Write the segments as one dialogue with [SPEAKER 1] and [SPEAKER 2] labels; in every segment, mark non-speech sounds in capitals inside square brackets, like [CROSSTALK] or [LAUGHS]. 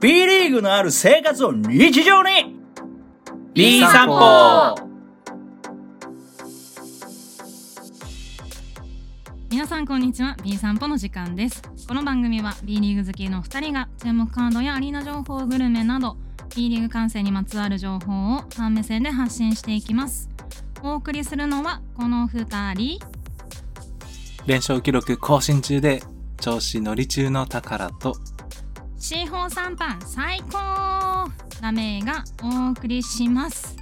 [SPEAKER 1] B リーグのある生活を日常に
[SPEAKER 2] B
[SPEAKER 1] 散
[SPEAKER 2] 散
[SPEAKER 1] 歩
[SPEAKER 2] 歩
[SPEAKER 3] 皆さんこんにちは B 散歩の時間ですこの番組は B リーグ好きの2人が注目カードやアリーナ情報グルメなど B リーグ観戦にまつわる情報をファン目線で発信していきますお送りするのはこの2人
[SPEAKER 2] 連勝記録更新中で調子乗り中の宝と
[SPEAKER 3] シーホー三班最高ラメイがお送りします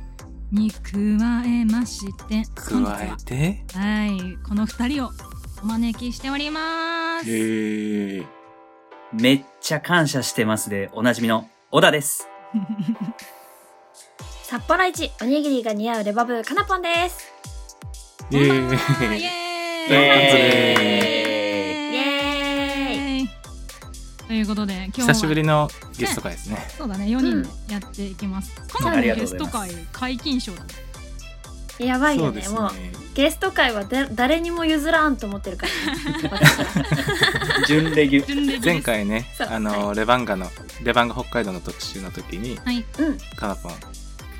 [SPEAKER 3] に加えまして
[SPEAKER 2] 加
[SPEAKER 3] 本日は
[SPEAKER 2] えて
[SPEAKER 3] はいこの2人をお招きしております
[SPEAKER 2] へえ
[SPEAKER 1] めっちゃ感謝してますでおなじみの小田です。
[SPEAKER 4] 札幌一おにぎりが似合うレバブーかなぽんです
[SPEAKER 2] イエー
[SPEAKER 3] イ
[SPEAKER 2] イ
[SPEAKER 3] エーイ
[SPEAKER 4] イエーイ
[SPEAKER 3] イエーイということで今日は
[SPEAKER 2] 久しぶりのゲスト会ですね
[SPEAKER 3] そうだね4人でやっていきます、かなりのゲスト会解禁賞だね
[SPEAKER 4] やばい
[SPEAKER 2] そ
[SPEAKER 4] よ
[SPEAKER 2] う
[SPEAKER 4] ね
[SPEAKER 2] です
[SPEAKER 4] もう
[SPEAKER 2] ね
[SPEAKER 4] ゲスト会はだ誰にも譲らんと思ってるから、私
[SPEAKER 2] [LAUGHS]
[SPEAKER 4] は
[SPEAKER 1] 準レギュ。
[SPEAKER 3] 準レギュ
[SPEAKER 2] 前回ね
[SPEAKER 4] そう
[SPEAKER 2] あの、レバンガのレバンガ北海道の特集の時に
[SPEAKER 3] はい
[SPEAKER 4] うん
[SPEAKER 2] かなぽん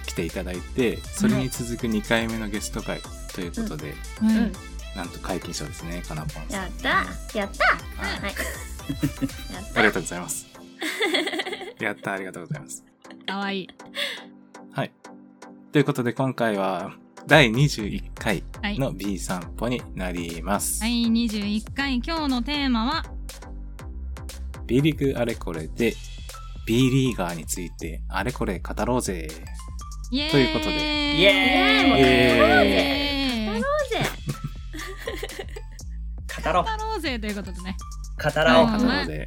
[SPEAKER 2] 来ていただいてそれに続く2回目のゲスト会ということで、
[SPEAKER 3] はい、
[SPEAKER 4] うん
[SPEAKER 2] なんと解禁賞ですねかなぽんさん
[SPEAKER 4] やったやった
[SPEAKER 2] はい
[SPEAKER 4] はいやっ
[SPEAKER 2] あ
[SPEAKER 4] た
[SPEAKER 2] りがとうござ
[SPEAKER 4] [LAUGHS]
[SPEAKER 2] います。やった、ありがとうございます。
[SPEAKER 3] かわいい
[SPEAKER 2] はい。ということで、今回は、第21回
[SPEAKER 3] はい、
[SPEAKER 2] の B 散歩になります。
[SPEAKER 3] はい、21回今日のテーマは
[SPEAKER 2] B リーグあれこれで、B リーガーについてあれこれ語ろうぜ。
[SPEAKER 3] イエーイ
[SPEAKER 2] ということで
[SPEAKER 1] イ
[SPEAKER 4] イ
[SPEAKER 1] エーイ
[SPEAKER 3] エー
[SPEAKER 4] そう
[SPEAKER 3] イ
[SPEAKER 4] ぜ
[SPEAKER 1] 語ろう
[SPEAKER 3] 語ろうぜということでね
[SPEAKER 1] 語
[SPEAKER 2] は
[SPEAKER 1] らお
[SPEAKER 2] い、
[SPEAKER 1] う。
[SPEAKER 2] 語ろうぜ。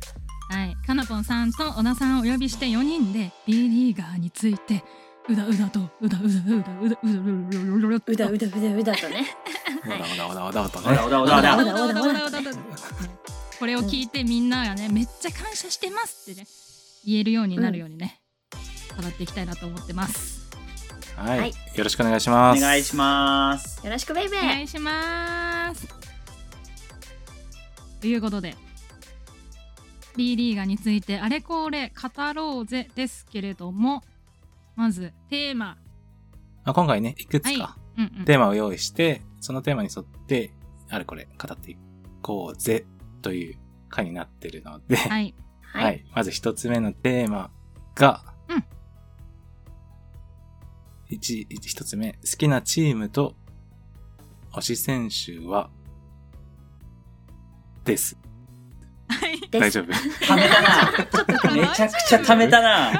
[SPEAKER 3] はい、かなぽんさんと小田さんをお呼びして4人で B リーガーについてうだうだとうだうだうだうだうだうだ
[SPEAKER 4] うだうだうだうだとね
[SPEAKER 2] おだおだおだおだおだ
[SPEAKER 1] 小田
[SPEAKER 2] ね。
[SPEAKER 1] 小田小田小田。
[SPEAKER 4] だおだおだおだおだ
[SPEAKER 3] これを聞いてみんながねめっちゃ感謝してますってね言えるようになるようにね語っていきたいなと思ってます
[SPEAKER 2] はい、
[SPEAKER 4] はい
[SPEAKER 2] よろしくお願いしま
[SPEAKER 1] お
[SPEAKER 2] す。
[SPEAKER 1] 願いします。
[SPEAKER 4] よろしくベイベ
[SPEAKER 3] お
[SPEAKER 4] ー
[SPEAKER 3] 願いしますということで B リーガーについてあれこれ語ろうぜですけれどもまずテーマ
[SPEAKER 2] まあ、今回ね、いくつ
[SPEAKER 3] はい
[SPEAKER 2] か
[SPEAKER 3] うんうん
[SPEAKER 2] テーマを用意して、そのテーマに沿って、あれこれ語っていこうぜという回になってるので、
[SPEAKER 3] はい
[SPEAKER 2] はい、
[SPEAKER 4] はい
[SPEAKER 2] まず一つ目のテーマが、
[SPEAKER 3] うん
[SPEAKER 2] 一、一一つ目、好きなチームと推し選手は、です。
[SPEAKER 4] です
[SPEAKER 2] 大丈夫。
[SPEAKER 1] [LAUGHS] ためたな。めちゃくちゃためたな。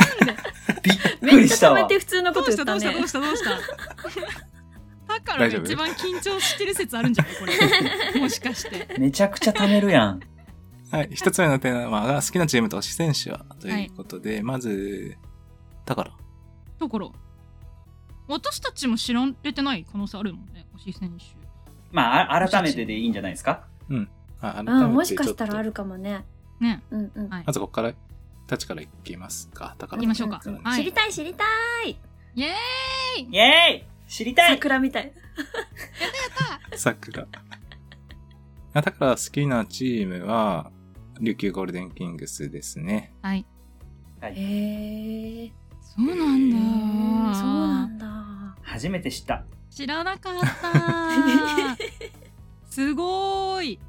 [SPEAKER 1] びっく
[SPEAKER 4] [LAUGHS] めっ
[SPEAKER 1] り
[SPEAKER 4] ちゃ
[SPEAKER 1] した
[SPEAKER 4] 食べ
[SPEAKER 1] わ
[SPEAKER 4] て。普通の
[SPEAKER 3] ど
[SPEAKER 4] こ
[SPEAKER 3] う
[SPEAKER 4] と言
[SPEAKER 3] し
[SPEAKER 4] ったた
[SPEAKER 3] どうした
[SPEAKER 4] ね
[SPEAKER 3] どうしたどうしただから
[SPEAKER 2] 大丈夫
[SPEAKER 3] 一番緊張してる説あるんじゃないこれもしかして
[SPEAKER 1] めちゃくちゃためるやん。
[SPEAKER 2] はい。一つ目のテーマが、好きなチームと推し選手は、ということで、まず、だから、
[SPEAKER 3] ところ私たちも知られてない可能性あるもんね推し選手
[SPEAKER 1] まああ、改めてでいいんじゃないですか。
[SPEAKER 4] う
[SPEAKER 2] あ改めてちょっと
[SPEAKER 4] んもしかしたらあるかもね
[SPEAKER 3] ね
[SPEAKER 4] うんうん
[SPEAKER 3] はい
[SPEAKER 2] まずここから、たちからいきますか。だから
[SPEAKER 3] 行きましょうか
[SPEAKER 2] らね
[SPEAKER 3] はい
[SPEAKER 4] 知りたい知りたい
[SPEAKER 3] イエーイ
[SPEAKER 1] イエーイ知りたい
[SPEAKER 4] 桜みたい
[SPEAKER 2] 桜。あだから好きなチームは、琉球ゴールデンキングスですね。
[SPEAKER 3] はい
[SPEAKER 4] へえ
[SPEAKER 3] そうなんだ
[SPEAKER 4] そうなんだ
[SPEAKER 1] 初めて知った。
[SPEAKER 3] 知らなかったすごーい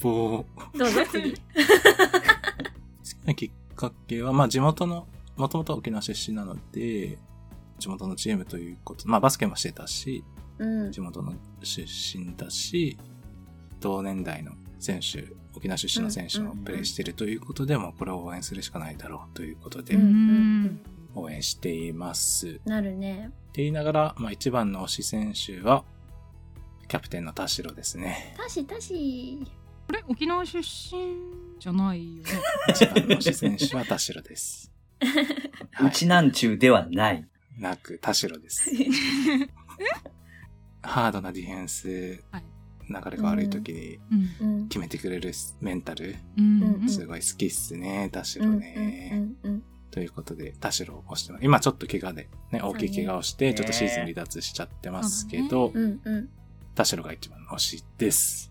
[SPEAKER 2] ほう。好
[SPEAKER 4] どうぞ次
[SPEAKER 2] きなきっかけは、まあ地元の、もともと沖縄出身なので、地元のチームということ、まあバスケもしてたし、
[SPEAKER 4] うん
[SPEAKER 2] 地元の出身だし、同年代の選手、沖縄出身の選手もプレーしてるということで、もうこれを応援するしかないだろうということ
[SPEAKER 3] う
[SPEAKER 2] で
[SPEAKER 3] んう、ん
[SPEAKER 4] ん
[SPEAKER 2] 応援しています。
[SPEAKER 4] なるね
[SPEAKER 2] って言いながら、まあ、一番の推し選手は、キャプテンの田代ですね。
[SPEAKER 4] たしたし
[SPEAKER 3] これ沖縄出身じゃないよね
[SPEAKER 2] 一番の推し選手は田代 [LAUGHS] です。は
[SPEAKER 1] う
[SPEAKER 2] い、
[SPEAKER 1] ちなんちゅうではない。
[SPEAKER 2] なく田代です。
[SPEAKER 4] [LAUGHS]
[SPEAKER 2] ハードなディフェンス、流
[SPEAKER 3] はい
[SPEAKER 2] れが悪い時に
[SPEAKER 3] うん
[SPEAKER 4] うん
[SPEAKER 2] 決めてくれるメンタル、
[SPEAKER 3] うん
[SPEAKER 4] うん
[SPEAKER 2] すごい好きっすね、田代ね。
[SPEAKER 4] うんうん
[SPEAKER 2] ということで、田代を推してます。今ちょっと怪我で、ね、大きい怪我をして、
[SPEAKER 1] ね
[SPEAKER 2] ちょっとシーズン離脱しちゃってますけど、
[SPEAKER 4] うんうん
[SPEAKER 2] 田代が一番の推しです。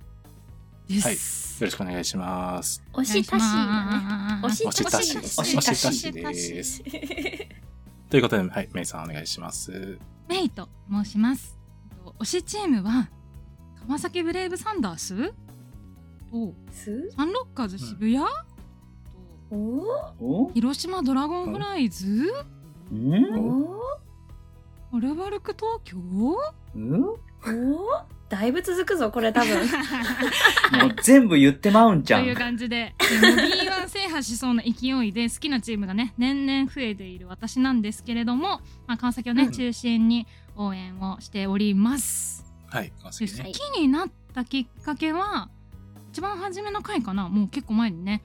[SPEAKER 3] です。
[SPEAKER 2] はいろしくお願いします。
[SPEAKER 4] 推し足しだね。
[SPEAKER 3] お
[SPEAKER 4] 推
[SPEAKER 3] し
[SPEAKER 4] し
[SPEAKER 2] おし
[SPEAKER 4] 足
[SPEAKER 2] たし。
[SPEAKER 4] し。
[SPEAKER 1] 推
[SPEAKER 2] おし
[SPEAKER 1] したた
[SPEAKER 2] し
[SPEAKER 1] し
[SPEAKER 2] です。ということで、はい、メイさんお願いします。
[SPEAKER 3] メイと申します。推しチームは川崎ブレイブサンダースと
[SPEAKER 4] す
[SPEAKER 3] サンロッカーズ渋谷、と
[SPEAKER 4] おお
[SPEAKER 1] お
[SPEAKER 3] 広島ドラゴンフライズ
[SPEAKER 1] うん
[SPEAKER 4] お
[SPEAKER 3] アルバルク東京
[SPEAKER 1] うんも
[SPEAKER 4] おだいぶ続くぞ、これ多分。
[SPEAKER 1] う全部言ってま [LAUGHS] うんじ
[SPEAKER 3] と
[SPEAKER 1] ゃ
[SPEAKER 3] い
[SPEAKER 1] ん
[SPEAKER 3] う。感じででもう B1 制覇しそうな勢いで好きなチームがね年々増えている私なんですけれども、まあ、川崎をね、
[SPEAKER 2] うん
[SPEAKER 3] 中心に応援をしております。
[SPEAKER 2] はい、川
[SPEAKER 3] で
[SPEAKER 2] 崎
[SPEAKER 3] 好
[SPEAKER 2] ね。
[SPEAKER 3] きになったきっかけは一番初めの回かなもう結構前にね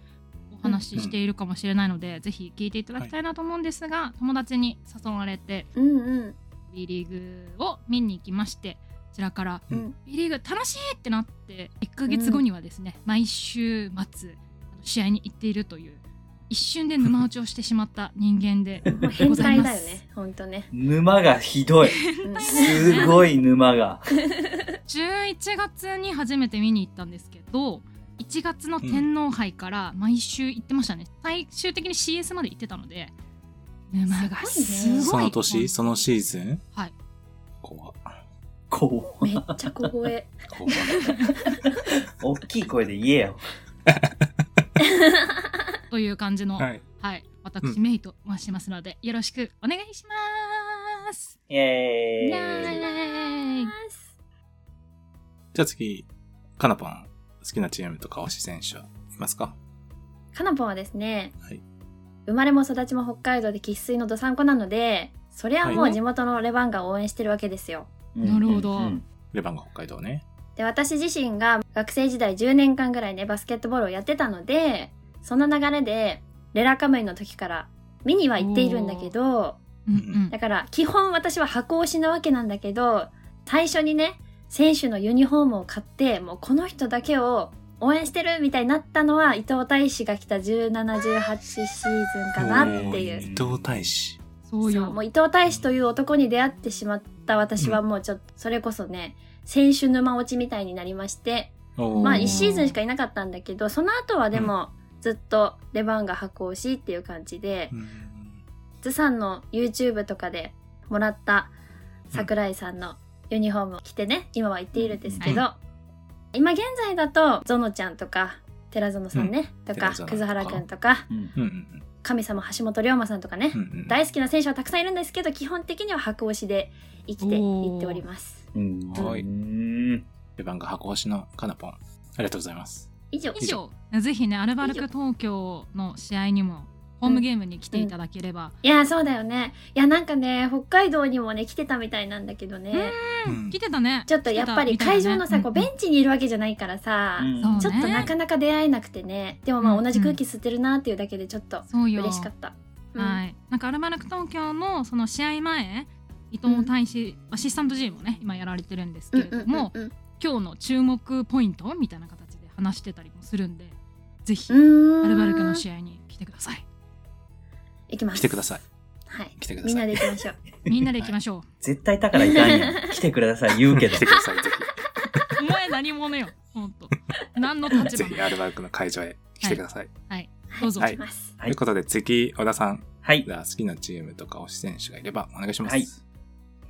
[SPEAKER 3] お話ししているかもしれないので、ぜひ聞いていただきたいなと思うんですが、友達に誘われて
[SPEAKER 4] うんうん。
[SPEAKER 3] B リーグを見に行きましてこちらから
[SPEAKER 2] うん
[SPEAKER 3] B リーグ楽しいってなって1ヶ月後にはですね、毎週末あの試合に行っているという一瞬で沼落ちをしてしまった人間で
[SPEAKER 4] もう変態だよね、ほんとね。
[SPEAKER 1] 沼がひどい。
[SPEAKER 4] うん
[SPEAKER 1] すごい沼が。
[SPEAKER 3] 11月に初めて見に行ったんですけど1月の天皇杯から毎週行ってましたね、最終的に CS まで行ってたので沼がす
[SPEAKER 4] す
[SPEAKER 3] ご
[SPEAKER 4] ごい
[SPEAKER 3] い
[SPEAKER 4] ね
[SPEAKER 2] その年、そのシーズン
[SPEAKER 3] はい
[SPEAKER 2] 怖っ
[SPEAKER 1] こう。
[SPEAKER 4] めっちゃ小声。
[SPEAKER 2] 怖っ
[SPEAKER 1] 大きい声で言えよ。
[SPEAKER 3] という感じの、は
[SPEAKER 2] はいい。
[SPEAKER 3] 私、
[SPEAKER 2] うん
[SPEAKER 3] メイと申しますのでよろしくお願いします、
[SPEAKER 1] イェ
[SPEAKER 3] イ
[SPEAKER 1] ーイ。
[SPEAKER 3] エーイ
[SPEAKER 2] じゃあ次、かなぽん、好きなチームとか推し選手はいますか
[SPEAKER 4] かなぽんはですね、
[SPEAKER 2] はい
[SPEAKER 4] 生まれも育ちも北海道で生粋のどさんこなので、そりゃも
[SPEAKER 2] は
[SPEAKER 4] う
[SPEAKER 2] い
[SPEAKER 4] 地元のレバンガを応援してるわけですよ。
[SPEAKER 3] なるほど
[SPEAKER 1] うんうん
[SPEAKER 2] レバンガ北海道ね。
[SPEAKER 4] で私自身が学生時代10年間ぐらいねバスケットボールをやってたのでその流れでレラカムイの時から見には行っているんだけど
[SPEAKER 3] うんうん
[SPEAKER 4] だから基本私は箱推しなわけなんだけど最初にね選手のユニフォームを買ってもうこの人だけを応援してるみたいになったのは伊藤大使が来た1718シーズンかなっていう
[SPEAKER 2] おー伊藤大使。
[SPEAKER 3] そう
[SPEAKER 4] そう
[SPEAKER 3] よ
[SPEAKER 4] もう伊藤大使という男に出会ってしまった私はもうちょっと、それこそね選手沼落ちみたいになりまして
[SPEAKER 2] おー
[SPEAKER 4] まあ
[SPEAKER 3] うん
[SPEAKER 4] 1シーズンしかいなかったんだけどその後はでも、ずっとレバンガ箱推しっていう感じで、
[SPEAKER 2] うん
[SPEAKER 4] ズさんの YouTube とかでもらった桜井さんのユニフォームを着てね今は行っているんですけど、今現在だとゾノちゃんとか寺園さんね、とか
[SPEAKER 2] 寺園とか
[SPEAKER 4] 葛原くんとか
[SPEAKER 1] うん
[SPEAKER 2] うんうん
[SPEAKER 4] 神様橋本龍馬さんとかね、
[SPEAKER 2] うんうん。
[SPEAKER 4] 大好きな選手はたくさんいるんですけど基本的には白押しで生きていっております
[SPEAKER 1] うん
[SPEAKER 2] はい
[SPEAKER 1] うん
[SPEAKER 2] レバンガ箱推しのかなぽん。ありがとうございます。
[SPEAKER 4] 以上
[SPEAKER 3] 以上ぜひねアルバルク東京の試合にもホームゲームに来ていただければ、
[SPEAKER 4] いやそうだよねいやなんかね北海道にもね来てたみたいなんだけどね、
[SPEAKER 2] うん
[SPEAKER 3] 来てたね
[SPEAKER 4] ちょっとやっぱり
[SPEAKER 3] 来てた
[SPEAKER 4] 会
[SPEAKER 3] みたい
[SPEAKER 4] 場
[SPEAKER 3] ね
[SPEAKER 4] のさ、こう
[SPEAKER 3] うんう
[SPEAKER 4] ベ
[SPEAKER 3] ん
[SPEAKER 4] ンチにいるわけじゃないからさ、
[SPEAKER 1] うん
[SPEAKER 4] ちょっとなかなか出会えなくてねでもま
[SPEAKER 3] うんう
[SPEAKER 4] あ
[SPEAKER 3] ん
[SPEAKER 4] 同じ空気吸ってるなっていうだけでちょっと
[SPEAKER 3] そうよ
[SPEAKER 4] 嬉しかった、うん
[SPEAKER 3] はい、なんかアルバルク東京のその試合前伊藤大使、アシスタント G もね今やられてるんですけれども、
[SPEAKER 4] うんうん
[SPEAKER 3] 今日の注目ポイントみたいな形で話してたりもするんでぜひ
[SPEAKER 4] うんうん
[SPEAKER 3] アルバルクの
[SPEAKER 4] 合
[SPEAKER 3] 試合に来てください
[SPEAKER 4] 行きます
[SPEAKER 2] 来てください。
[SPEAKER 4] はい
[SPEAKER 2] 来てくだ
[SPEAKER 4] みん
[SPEAKER 2] さ。
[SPEAKER 4] ないで行きましょう
[SPEAKER 3] みんなで行きま
[SPEAKER 4] [LAUGHS]
[SPEAKER 3] しょ
[SPEAKER 1] 絶対だからいかん
[SPEAKER 3] [LAUGHS]
[SPEAKER 1] やん。来てください言うけど
[SPEAKER 2] 来。てください。ぜ
[SPEAKER 3] うお前何者よ本当何
[SPEAKER 4] [LAUGHS]
[SPEAKER 3] の
[SPEAKER 2] ひ、
[SPEAKER 3] 立
[SPEAKER 2] ぜ
[SPEAKER 3] 場
[SPEAKER 2] ひ
[SPEAKER 3] も
[SPEAKER 2] アルバルクの会場へ来てください。
[SPEAKER 3] はいどうぞ、
[SPEAKER 4] は
[SPEAKER 2] はいい
[SPEAKER 4] 行きます
[SPEAKER 1] はい
[SPEAKER 2] ということで、次、小田さん。
[SPEAKER 1] はい
[SPEAKER 2] じ。ゃあ、好きなチームとか推し選手がいればお願いします。
[SPEAKER 1] はい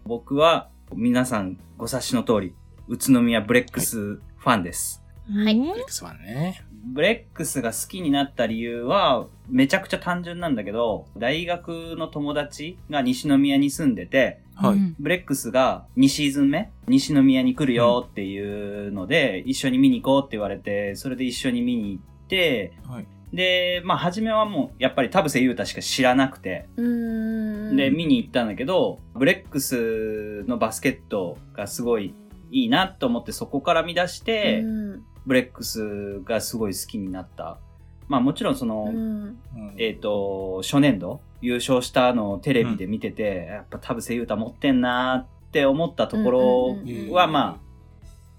[SPEAKER 1] 僕は皆さんご察しの通り、宇都宮ブレックスファンです。
[SPEAKER 4] はい
[SPEAKER 3] おー
[SPEAKER 2] ブレックスワンね。
[SPEAKER 1] ブレックスが好きになった理由は、めちゃくちゃ単純なんだけど、大学の友達が西宮に住んでて、
[SPEAKER 2] は
[SPEAKER 3] う
[SPEAKER 2] い。
[SPEAKER 3] ん
[SPEAKER 1] ブレックスが2シーズン目、西宮に来るよっていうので、一緒に見に行こうって言われて、それで一緒に見に行って、
[SPEAKER 2] はい。
[SPEAKER 1] で、まあ、初めはもう、やっぱり田臥勇太しか知らなくて、
[SPEAKER 4] うーん
[SPEAKER 1] で、見に行ったんだけど、ブレックスのバスケットがすごいいいなと思って、そこから見出して、
[SPEAKER 4] うん
[SPEAKER 1] ブレックスがすごい好きになった。まあ、もちろんその、
[SPEAKER 4] うん
[SPEAKER 2] うん
[SPEAKER 1] えっ、と、初年度優勝したのをテレビで見てて、やっぱ田臥勇太持ってんなーって思ったところ
[SPEAKER 4] うんうんうん
[SPEAKER 1] は、ま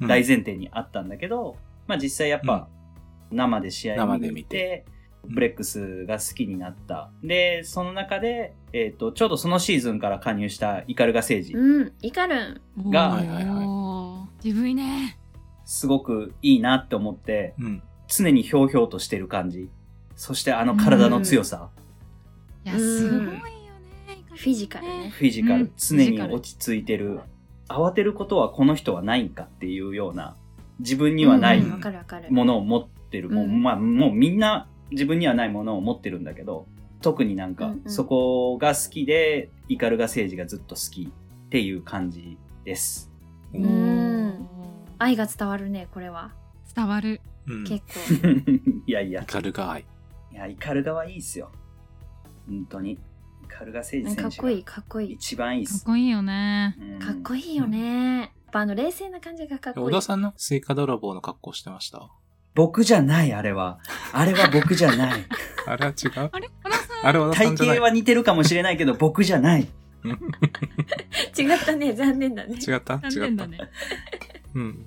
[SPEAKER 2] う
[SPEAKER 1] あ、
[SPEAKER 2] ん
[SPEAKER 1] 大前提にあったんだけど、まあ実際やっぱ、生で試合
[SPEAKER 2] 生
[SPEAKER 1] 見
[SPEAKER 2] で
[SPEAKER 1] て
[SPEAKER 2] 見
[SPEAKER 1] 見
[SPEAKER 2] て
[SPEAKER 1] て、ブレックスが好きになった。で、その中で、えっ、と、ちょうどそのシーズンから加入したイカルガ聖治。
[SPEAKER 4] うんイカルン
[SPEAKER 3] おー
[SPEAKER 1] が
[SPEAKER 2] はいはい
[SPEAKER 3] 渋いね
[SPEAKER 1] すごくいいなって思って、
[SPEAKER 2] うん。
[SPEAKER 1] 常にひょうひょうとしてる感じ。そしてあの体の強さ、
[SPEAKER 3] いや、すごいよね。
[SPEAKER 4] フィジカルね。
[SPEAKER 1] フィジカル、
[SPEAKER 3] うん
[SPEAKER 1] 常に落ち着いてる。慌てることはこの人はないんかっていうような、自分にはない
[SPEAKER 4] うんわかるわかる。
[SPEAKER 1] ものを持ってる、もう
[SPEAKER 4] うん
[SPEAKER 1] まあもうみんな自分にはないものを持ってるんだけど特になん
[SPEAKER 4] う
[SPEAKER 1] か
[SPEAKER 4] んうん
[SPEAKER 1] そこが好きでイカルガ政治がずっと好きっていう感じです [LAUGHS]
[SPEAKER 2] う。
[SPEAKER 4] うんん。愛が伝わるね、これは。
[SPEAKER 3] 伝わる。
[SPEAKER 2] うん。
[SPEAKER 4] 結構。
[SPEAKER 1] [LAUGHS] いやいや
[SPEAKER 2] 軽が愛。
[SPEAKER 1] いやイカルガはいいっすよ本当にイカルガ政治選
[SPEAKER 4] かっ
[SPEAKER 1] 手
[SPEAKER 4] こい
[SPEAKER 1] が
[SPEAKER 4] い、かっこいい。
[SPEAKER 1] 一番いいっ
[SPEAKER 3] かっ
[SPEAKER 1] す
[SPEAKER 3] こいいよね。
[SPEAKER 1] うん
[SPEAKER 4] かっこいいよね。やっぱあの冷静な感じがかっこ
[SPEAKER 2] 小
[SPEAKER 4] いい
[SPEAKER 2] 田。さんのスイカ泥棒の格好してました。
[SPEAKER 1] 僕じゃないあれはあれは僕じゃ
[SPEAKER 4] [LAUGHS]
[SPEAKER 1] ない
[SPEAKER 2] あれは違う
[SPEAKER 3] あれ小田さん
[SPEAKER 2] あれ小田さ
[SPEAKER 1] 体
[SPEAKER 2] んじゃない
[SPEAKER 1] 型。は似てるかもしれないけど僕じゃない
[SPEAKER 4] 違ったね、残念だね。
[SPEAKER 2] 違った
[SPEAKER 3] 残
[SPEAKER 2] 違
[SPEAKER 3] 念
[SPEAKER 2] っ
[SPEAKER 3] だ
[SPEAKER 2] た。
[SPEAKER 3] ね。
[SPEAKER 2] うん。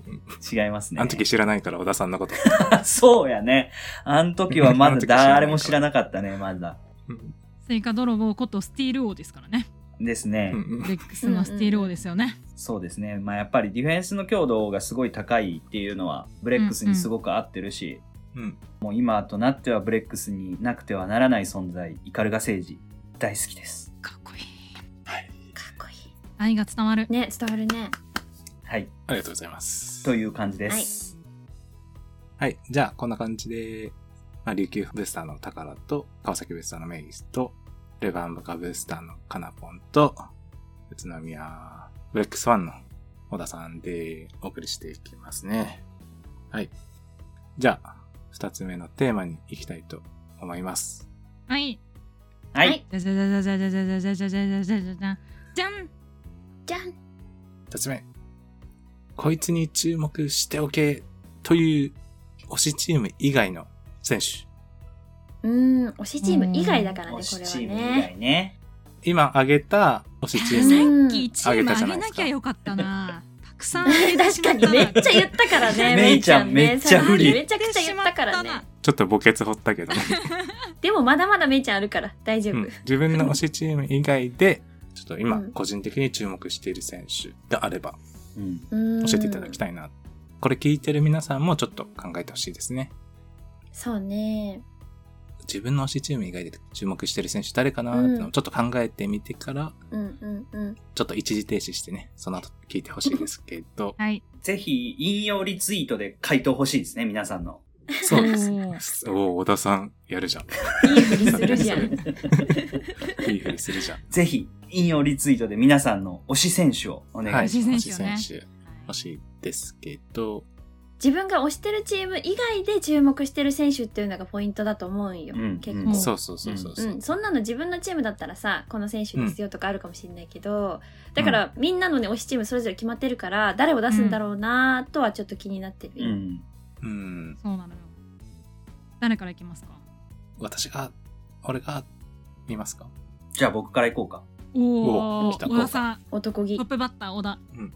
[SPEAKER 1] 違いますね
[SPEAKER 2] あの時知らないから、小田さんのこと。
[SPEAKER 1] [LAUGHS] そうやねあの時はまだ誰も知らなかったねまだ
[SPEAKER 2] うん
[SPEAKER 3] スイカ泥棒ことスティール王ですからね。
[SPEAKER 1] ですね、
[SPEAKER 2] うん
[SPEAKER 3] レックスのスティール王ですよね。
[SPEAKER 1] そうですね、まあ、やっぱりディフェンスの強度がすごい高いっていうのはブレックスにすごく合ってるし、
[SPEAKER 2] うん。
[SPEAKER 1] もう今となってはブレックスになくてはならない存在イカルガ政治大好きです
[SPEAKER 3] かっこいい。
[SPEAKER 4] かっこい
[SPEAKER 3] 愛が伝わる
[SPEAKER 4] い。。ね、伝わるね。
[SPEAKER 1] はい
[SPEAKER 2] ありがとうございます。
[SPEAKER 1] という感じです、
[SPEAKER 2] はい。じゃあ、こんな感じで、まあ、琉球ブースターの宝と、川崎ブースターのメイスと、ルバンブカブースターのカナポンと、宇都宮ブレックスワンの小田さんでお送りしていきますね。はい。じゃあ、二つ目のテーマに行きたいと思います。
[SPEAKER 3] はい。
[SPEAKER 1] はい、
[SPEAKER 4] はい
[SPEAKER 3] じゃじゃじゃじゃじゃじゃじゃじゃじゃじゃじゃじゃじゃじゃん
[SPEAKER 4] じゃん。
[SPEAKER 2] 二つ目。こいつに注目しておけという推しチーム以外の選手。
[SPEAKER 4] うーん、推しチーム以外だから
[SPEAKER 1] 推
[SPEAKER 4] ね、こ
[SPEAKER 1] し
[SPEAKER 4] れ
[SPEAKER 1] チーム以
[SPEAKER 4] はね。
[SPEAKER 1] 外ね
[SPEAKER 2] 今挙げた推しチーム。
[SPEAKER 3] さ
[SPEAKER 4] う
[SPEAKER 3] っ
[SPEAKER 4] ん
[SPEAKER 3] きチームあげなきゃよかったな。たくさんあげて
[SPEAKER 4] [LAUGHS]
[SPEAKER 3] し
[SPEAKER 4] 確
[SPEAKER 3] ま
[SPEAKER 4] かに
[SPEAKER 3] った
[SPEAKER 4] めっ
[SPEAKER 3] な。、
[SPEAKER 4] ちゃ言ったからね、
[SPEAKER 1] めいちゃん
[SPEAKER 4] めいね
[SPEAKER 1] めっちゃ不利
[SPEAKER 4] めちゃくちゃ言ったからね。
[SPEAKER 2] ちょっと墓穴掘ったけどね。
[SPEAKER 4] でもまだまだめいちゃんあるから大丈夫。
[SPEAKER 2] うん自分の推しチーム以外で、ちょっと今
[SPEAKER 4] う、ん
[SPEAKER 2] 個人的に注目している選手があれば、
[SPEAKER 1] うん
[SPEAKER 4] うん
[SPEAKER 2] 教えていただきたいな。これ聞いてる皆さんもちょっと考えてほしいですね。
[SPEAKER 4] そうね。
[SPEAKER 2] 自分の推しチーム以外で注目している選手誰かなっていうのをちょっと考えてみてから、
[SPEAKER 4] うんうんうん。
[SPEAKER 2] ちょっと一時停止してね、その後聞いてほしいですけど
[SPEAKER 3] はい。
[SPEAKER 1] ぜひ引用リツイートで回答欲しいですね皆さんの
[SPEAKER 2] そうです。
[SPEAKER 3] おー
[SPEAKER 2] おお小田さん、やるじゃん。
[SPEAKER 4] いいふりするじゃん。
[SPEAKER 2] いいふりするじゃん。
[SPEAKER 1] ぜひ引用リツイートで皆さんの推し選手をお願いします、
[SPEAKER 2] はい。
[SPEAKER 3] 推し選手よね
[SPEAKER 2] 推し選手欲しいですけど、
[SPEAKER 4] 自分が推してるチーム以外で注目してる選手っていうのがポイントだと思うんよ、
[SPEAKER 1] うん
[SPEAKER 4] 結
[SPEAKER 1] うん
[SPEAKER 4] 構。
[SPEAKER 2] そうそうそうそうそう
[SPEAKER 4] う。ん、そんなの自分のチームだったらさこの選手ですよとかあるかもしれないけど、だからみんなのね推しチームそれぞれ決まってるから誰を出すんだろうなとはちょっと気になってる、
[SPEAKER 1] うん、
[SPEAKER 2] うん。
[SPEAKER 3] そうなのよ。誰からいきますか
[SPEAKER 2] 私が、俺が、見ますか
[SPEAKER 1] じゃあ僕からいこうか
[SPEAKER 3] お
[SPEAKER 2] お
[SPEAKER 3] お
[SPEAKER 2] ー来た
[SPEAKER 3] 小田さん。
[SPEAKER 4] 男気
[SPEAKER 3] トップバッター小田。
[SPEAKER 2] うん。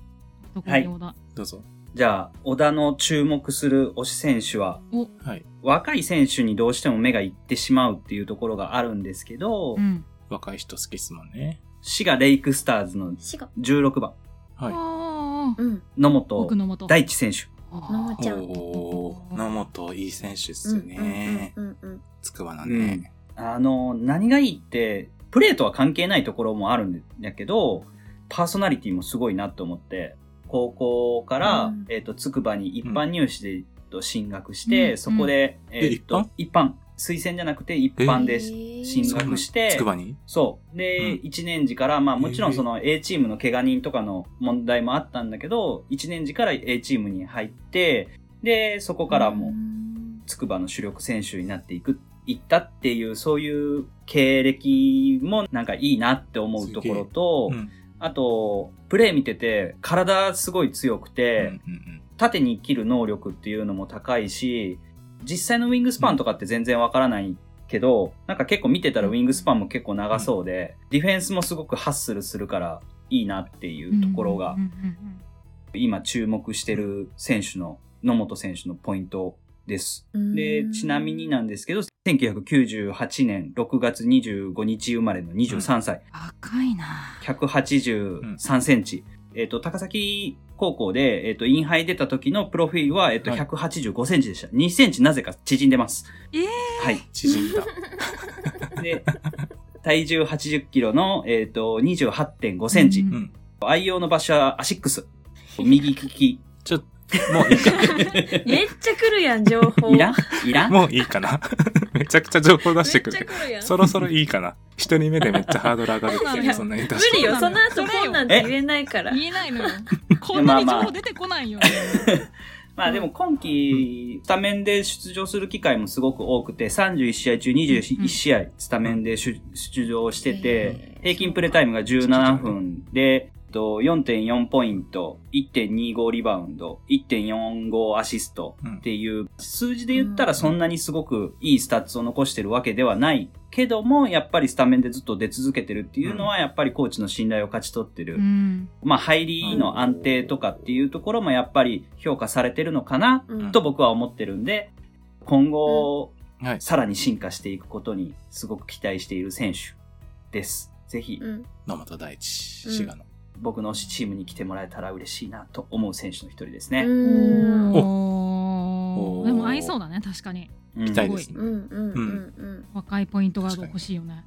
[SPEAKER 3] どこに小田
[SPEAKER 2] どうぞ。
[SPEAKER 1] じゃあ小田の注目する推し選手は
[SPEAKER 2] はい。
[SPEAKER 1] 若い選手にどうしても目がいってしまうっていうところがあるんですけど、
[SPEAKER 3] うん。
[SPEAKER 2] 若い人好きっすもんね。
[SPEAKER 1] 滋賀レイクスターズの
[SPEAKER 4] 死後
[SPEAKER 1] 16番、
[SPEAKER 2] はい。
[SPEAKER 3] おー
[SPEAKER 4] うん
[SPEAKER 1] 野
[SPEAKER 3] 奥
[SPEAKER 1] 本
[SPEAKER 3] の元。
[SPEAKER 1] 大地選手。
[SPEAKER 4] 野本ちゃん
[SPEAKER 2] おー、野本いい選手っ
[SPEAKER 4] う
[SPEAKER 2] す
[SPEAKER 4] ん
[SPEAKER 2] ね。
[SPEAKER 4] うんうんうん
[SPEAKER 2] つくばなんね。
[SPEAKER 1] あの、何がいいって、プレーとは関係ないところもあるんだけど、パーソナリティもすごいなと思って、高校から、
[SPEAKER 4] うん
[SPEAKER 1] えっ、と、つくばに一般入試で、えっと進学して、
[SPEAKER 3] うん
[SPEAKER 1] そこで、えっ、と、一般推薦じゃなくて一般で
[SPEAKER 4] へー
[SPEAKER 1] 進
[SPEAKER 2] そん
[SPEAKER 1] 学
[SPEAKER 2] な
[SPEAKER 1] して、
[SPEAKER 2] つくばに
[SPEAKER 1] そう。で、
[SPEAKER 2] うん
[SPEAKER 1] 1年次から、まあもちろんその A チームの怪我人とかの問題もあったんだけど、1年次から A チームに入って、で、そこからもう、
[SPEAKER 4] ん
[SPEAKER 1] つくばの主力選手になっていく、いったっていう、そういう経歴もなんかいいなって思うところと、
[SPEAKER 2] うん。
[SPEAKER 1] あと、プレー見てて、体すごい強く
[SPEAKER 2] うんう
[SPEAKER 1] て、
[SPEAKER 2] ん
[SPEAKER 1] 縦に切る能力っていうのも高いし、実際のウィングスパンとかって全然わからないけど、なんか結構見てたらウィングスパンも結構長そうで、ディフェンスもすごくハッスルするからいいなっていうところが、
[SPEAKER 3] うんうんうん
[SPEAKER 1] 今注目してる選手の野本選手のポイントです。で、ちなみになんですけど、1998年6月25日生まれの23歳。
[SPEAKER 3] うん。若いな。
[SPEAKER 1] 183センチ。えっ、と、高崎高校で、えっ、と、インハイ出た時のプロフィールは、えっ、と、
[SPEAKER 2] はい
[SPEAKER 1] 185センチでした。2センチなぜか縮んでます。
[SPEAKER 3] えー
[SPEAKER 1] はい。
[SPEAKER 2] 縮んだ。
[SPEAKER 1] で、体重80キロの、えっ、と、28.5センチ。
[SPEAKER 3] うん
[SPEAKER 2] うん。
[SPEAKER 1] 愛用の場所はアシック
[SPEAKER 3] [LAUGHS]
[SPEAKER 1] ス。右利き。
[SPEAKER 2] ちょっと、もういいか
[SPEAKER 4] [LAUGHS] めっちゃ来るやん、情
[SPEAKER 1] [LAUGHS]
[SPEAKER 4] 報。
[SPEAKER 1] いらんい
[SPEAKER 3] [LAUGHS]
[SPEAKER 1] らん
[SPEAKER 2] もういいかな。 [LAUGHS] めちゃくちゃ情報
[SPEAKER 4] め
[SPEAKER 2] 出
[SPEAKER 4] っ
[SPEAKER 2] し
[SPEAKER 4] ちゃ
[SPEAKER 2] てく
[SPEAKER 4] 来
[SPEAKER 2] る。
[SPEAKER 4] るやん。
[SPEAKER 2] そろそろいいかな。一人目でめっちゃハードル上がるけど、そんなに出
[SPEAKER 4] 無
[SPEAKER 2] して
[SPEAKER 4] 理よ、
[SPEAKER 3] そ
[SPEAKER 4] そうの
[SPEAKER 3] なの
[SPEAKER 4] 後こんなんて言えないから。
[SPEAKER 3] 言えない
[SPEAKER 2] [LAUGHS]
[SPEAKER 3] のよ。こんなに情報出てこないよ。
[SPEAKER 1] まあでも今季、スタメンで出場する機会もすごく多くて、31試合中21試合スタメンで出出場してて
[SPEAKER 4] へ、ー
[SPEAKER 1] 平均プレータイムが17分で、えっと4.4ポイント、1.25リバウンド、1.45アシストっていう、数字で言ったらそんなにすごくいいスタッツを残してるわけではないけども、やっぱりスタメンでずっと出続けてるっていうのは、やっぱりコーチの信頼を勝ち取ってる
[SPEAKER 3] うん。
[SPEAKER 1] まあ、入りの安定とかっていうところもやっぱり評価されてるのかな
[SPEAKER 4] うん
[SPEAKER 1] と僕は思ってるんで、今後、
[SPEAKER 2] はい。
[SPEAKER 1] さらに進化していくことにすごく期待している選手です。ぜひ、
[SPEAKER 4] うん
[SPEAKER 2] 野本大地、
[SPEAKER 4] うん
[SPEAKER 2] 滋賀の。
[SPEAKER 1] 僕の推しチームに来てもらえたら嬉しいなと思う選手の一人ですね。
[SPEAKER 4] うん
[SPEAKER 3] お
[SPEAKER 2] お
[SPEAKER 3] ーでも合いそうだね、確かに。
[SPEAKER 1] うん
[SPEAKER 2] 期待です
[SPEAKER 4] う
[SPEAKER 2] ね。
[SPEAKER 4] んうんうん
[SPEAKER 3] 若いポイントガード欲しいよね。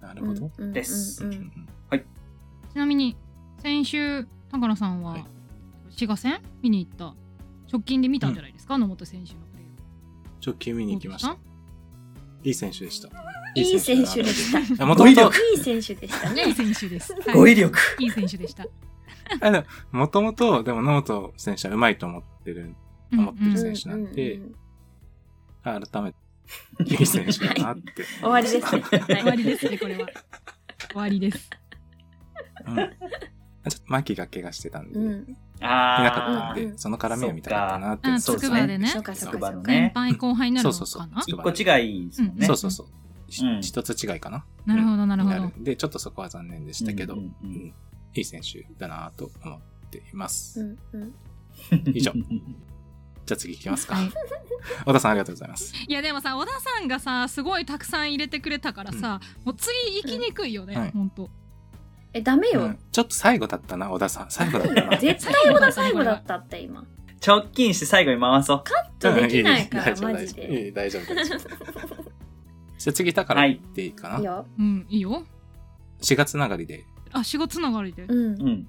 [SPEAKER 2] な
[SPEAKER 4] う
[SPEAKER 2] る
[SPEAKER 4] ん
[SPEAKER 2] ほど。
[SPEAKER 4] うんうん
[SPEAKER 1] です
[SPEAKER 2] うん
[SPEAKER 4] う
[SPEAKER 2] うんん
[SPEAKER 3] ちなみに、先週、高野さんは
[SPEAKER 2] はい、
[SPEAKER 3] 滋賀戦見に行った。直近で見たんじゃないですか、野本選手のプレーを。
[SPEAKER 2] 直近見に行きました。いい選手でした。
[SPEAKER 4] いい選手で
[SPEAKER 2] い
[SPEAKER 4] した。い
[SPEAKER 2] や。もと
[SPEAKER 1] 語
[SPEAKER 2] も
[SPEAKER 1] 彙
[SPEAKER 2] と、
[SPEAKER 4] い選手でした
[SPEAKER 3] いい
[SPEAKER 4] ね。
[SPEAKER 3] 選手
[SPEAKER 2] [LAUGHS]
[SPEAKER 3] です。はい
[SPEAKER 1] 語彙力
[SPEAKER 3] いい選手でした。
[SPEAKER 2] あでももともと、でも野本選手は上手いと思ってる。思ってる選手なんで
[SPEAKER 4] うんうんうん
[SPEAKER 2] 改めて、いい選手だなって。
[SPEAKER 4] [LAUGHS] 終わりですね。
[SPEAKER 3] 終わ
[SPEAKER 4] はい
[SPEAKER 3] りですね、こ
[SPEAKER 2] [LAUGHS]
[SPEAKER 3] れは。終わりです。
[SPEAKER 2] うん。あちょっと、マキが怪我してたんで、
[SPEAKER 4] う
[SPEAKER 2] い
[SPEAKER 4] ん。
[SPEAKER 2] な
[SPEAKER 1] [LAUGHS]
[SPEAKER 2] か
[SPEAKER 1] あー
[SPEAKER 4] う
[SPEAKER 2] ったんで、
[SPEAKER 4] ん
[SPEAKER 2] その絡みを見たかったなって。
[SPEAKER 3] あ、
[SPEAKER 1] そ
[SPEAKER 3] つ
[SPEAKER 1] うで
[SPEAKER 3] く
[SPEAKER 1] す
[SPEAKER 3] ば
[SPEAKER 1] ね
[SPEAKER 3] で
[SPEAKER 4] そ
[SPEAKER 3] ね
[SPEAKER 4] う。かそう
[SPEAKER 1] つくば
[SPEAKER 4] かそ
[SPEAKER 1] の
[SPEAKER 4] うか。
[SPEAKER 1] ね
[SPEAKER 3] 先輩後輩になるの
[SPEAKER 2] そう
[SPEAKER 3] か
[SPEAKER 2] そうそう
[SPEAKER 3] な
[SPEAKER 2] つく
[SPEAKER 1] 一
[SPEAKER 2] ば
[SPEAKER 1] 個違いですもんね。
[SPEAKER 2] そうそうそう。し
[SPEAKER 1] うん
[SPEAKER 2] 一つ違いかな。
[SPEAKER 3] なるほど、なるほ
[SPEAKER 2] にな
[SPEAKER 3] ど
[SPEAKER 2] る。んで、ちょっとそこは残念でしたけど、
[SPEAKER 1] うんうんうん
[SPEAKER 2] うんいい選手だなと思っています。
[SPEAKER 4] うんうん。
[SPEAKER 1] [LAUGHS]
[SPEAKER 2] 以上じゃあ次行きますか
[SPEAKER 3] はい。
[SPEAKER 2] 小田さんありがとうございます。
[SPEAKER 3] いやでもさ小田さんがさすごいたくさん入れてくれたからさ、もう次行きにくいよね、
[SPEAKER 2] うんはい
[SPEAKER 3] ほんと
[SPEAKER 4] え、ダメ
[SPEAKER 2] う
[SPEAKER 4] よ
[SPEAKER 2] ん。ちょっと最後だったな、小田さん。最後だったな。
[SPEAKER 4] 絶対小田最後だったって今。
[SPEAKER 1] 直近して最後に回そう。
[SPEAKER 4] ちょっとできないから、
[SPEAKER 2] うん
[SPEAKER 4] マ
[SPEAKER 2] いい
[SPEAKER 4] ジ
[SPEAKER 2] いい
[SPEAKER 4] で。
[SPEAKER 2] いい大丈夫、大丈夫。じゃあ次、だから
[SPEAKER 1] はい
[SPEAKER 2] 行っていいかな。
[SPEAKER 4] いいよ。
[SPEAKER 3] うんいいよ
[SPEAKER 2] 4月流りで、
[SPEAKER 3] あ仕事つながりで、
[SPEAKER 4] うん
[SPEAKER 1] う。ん。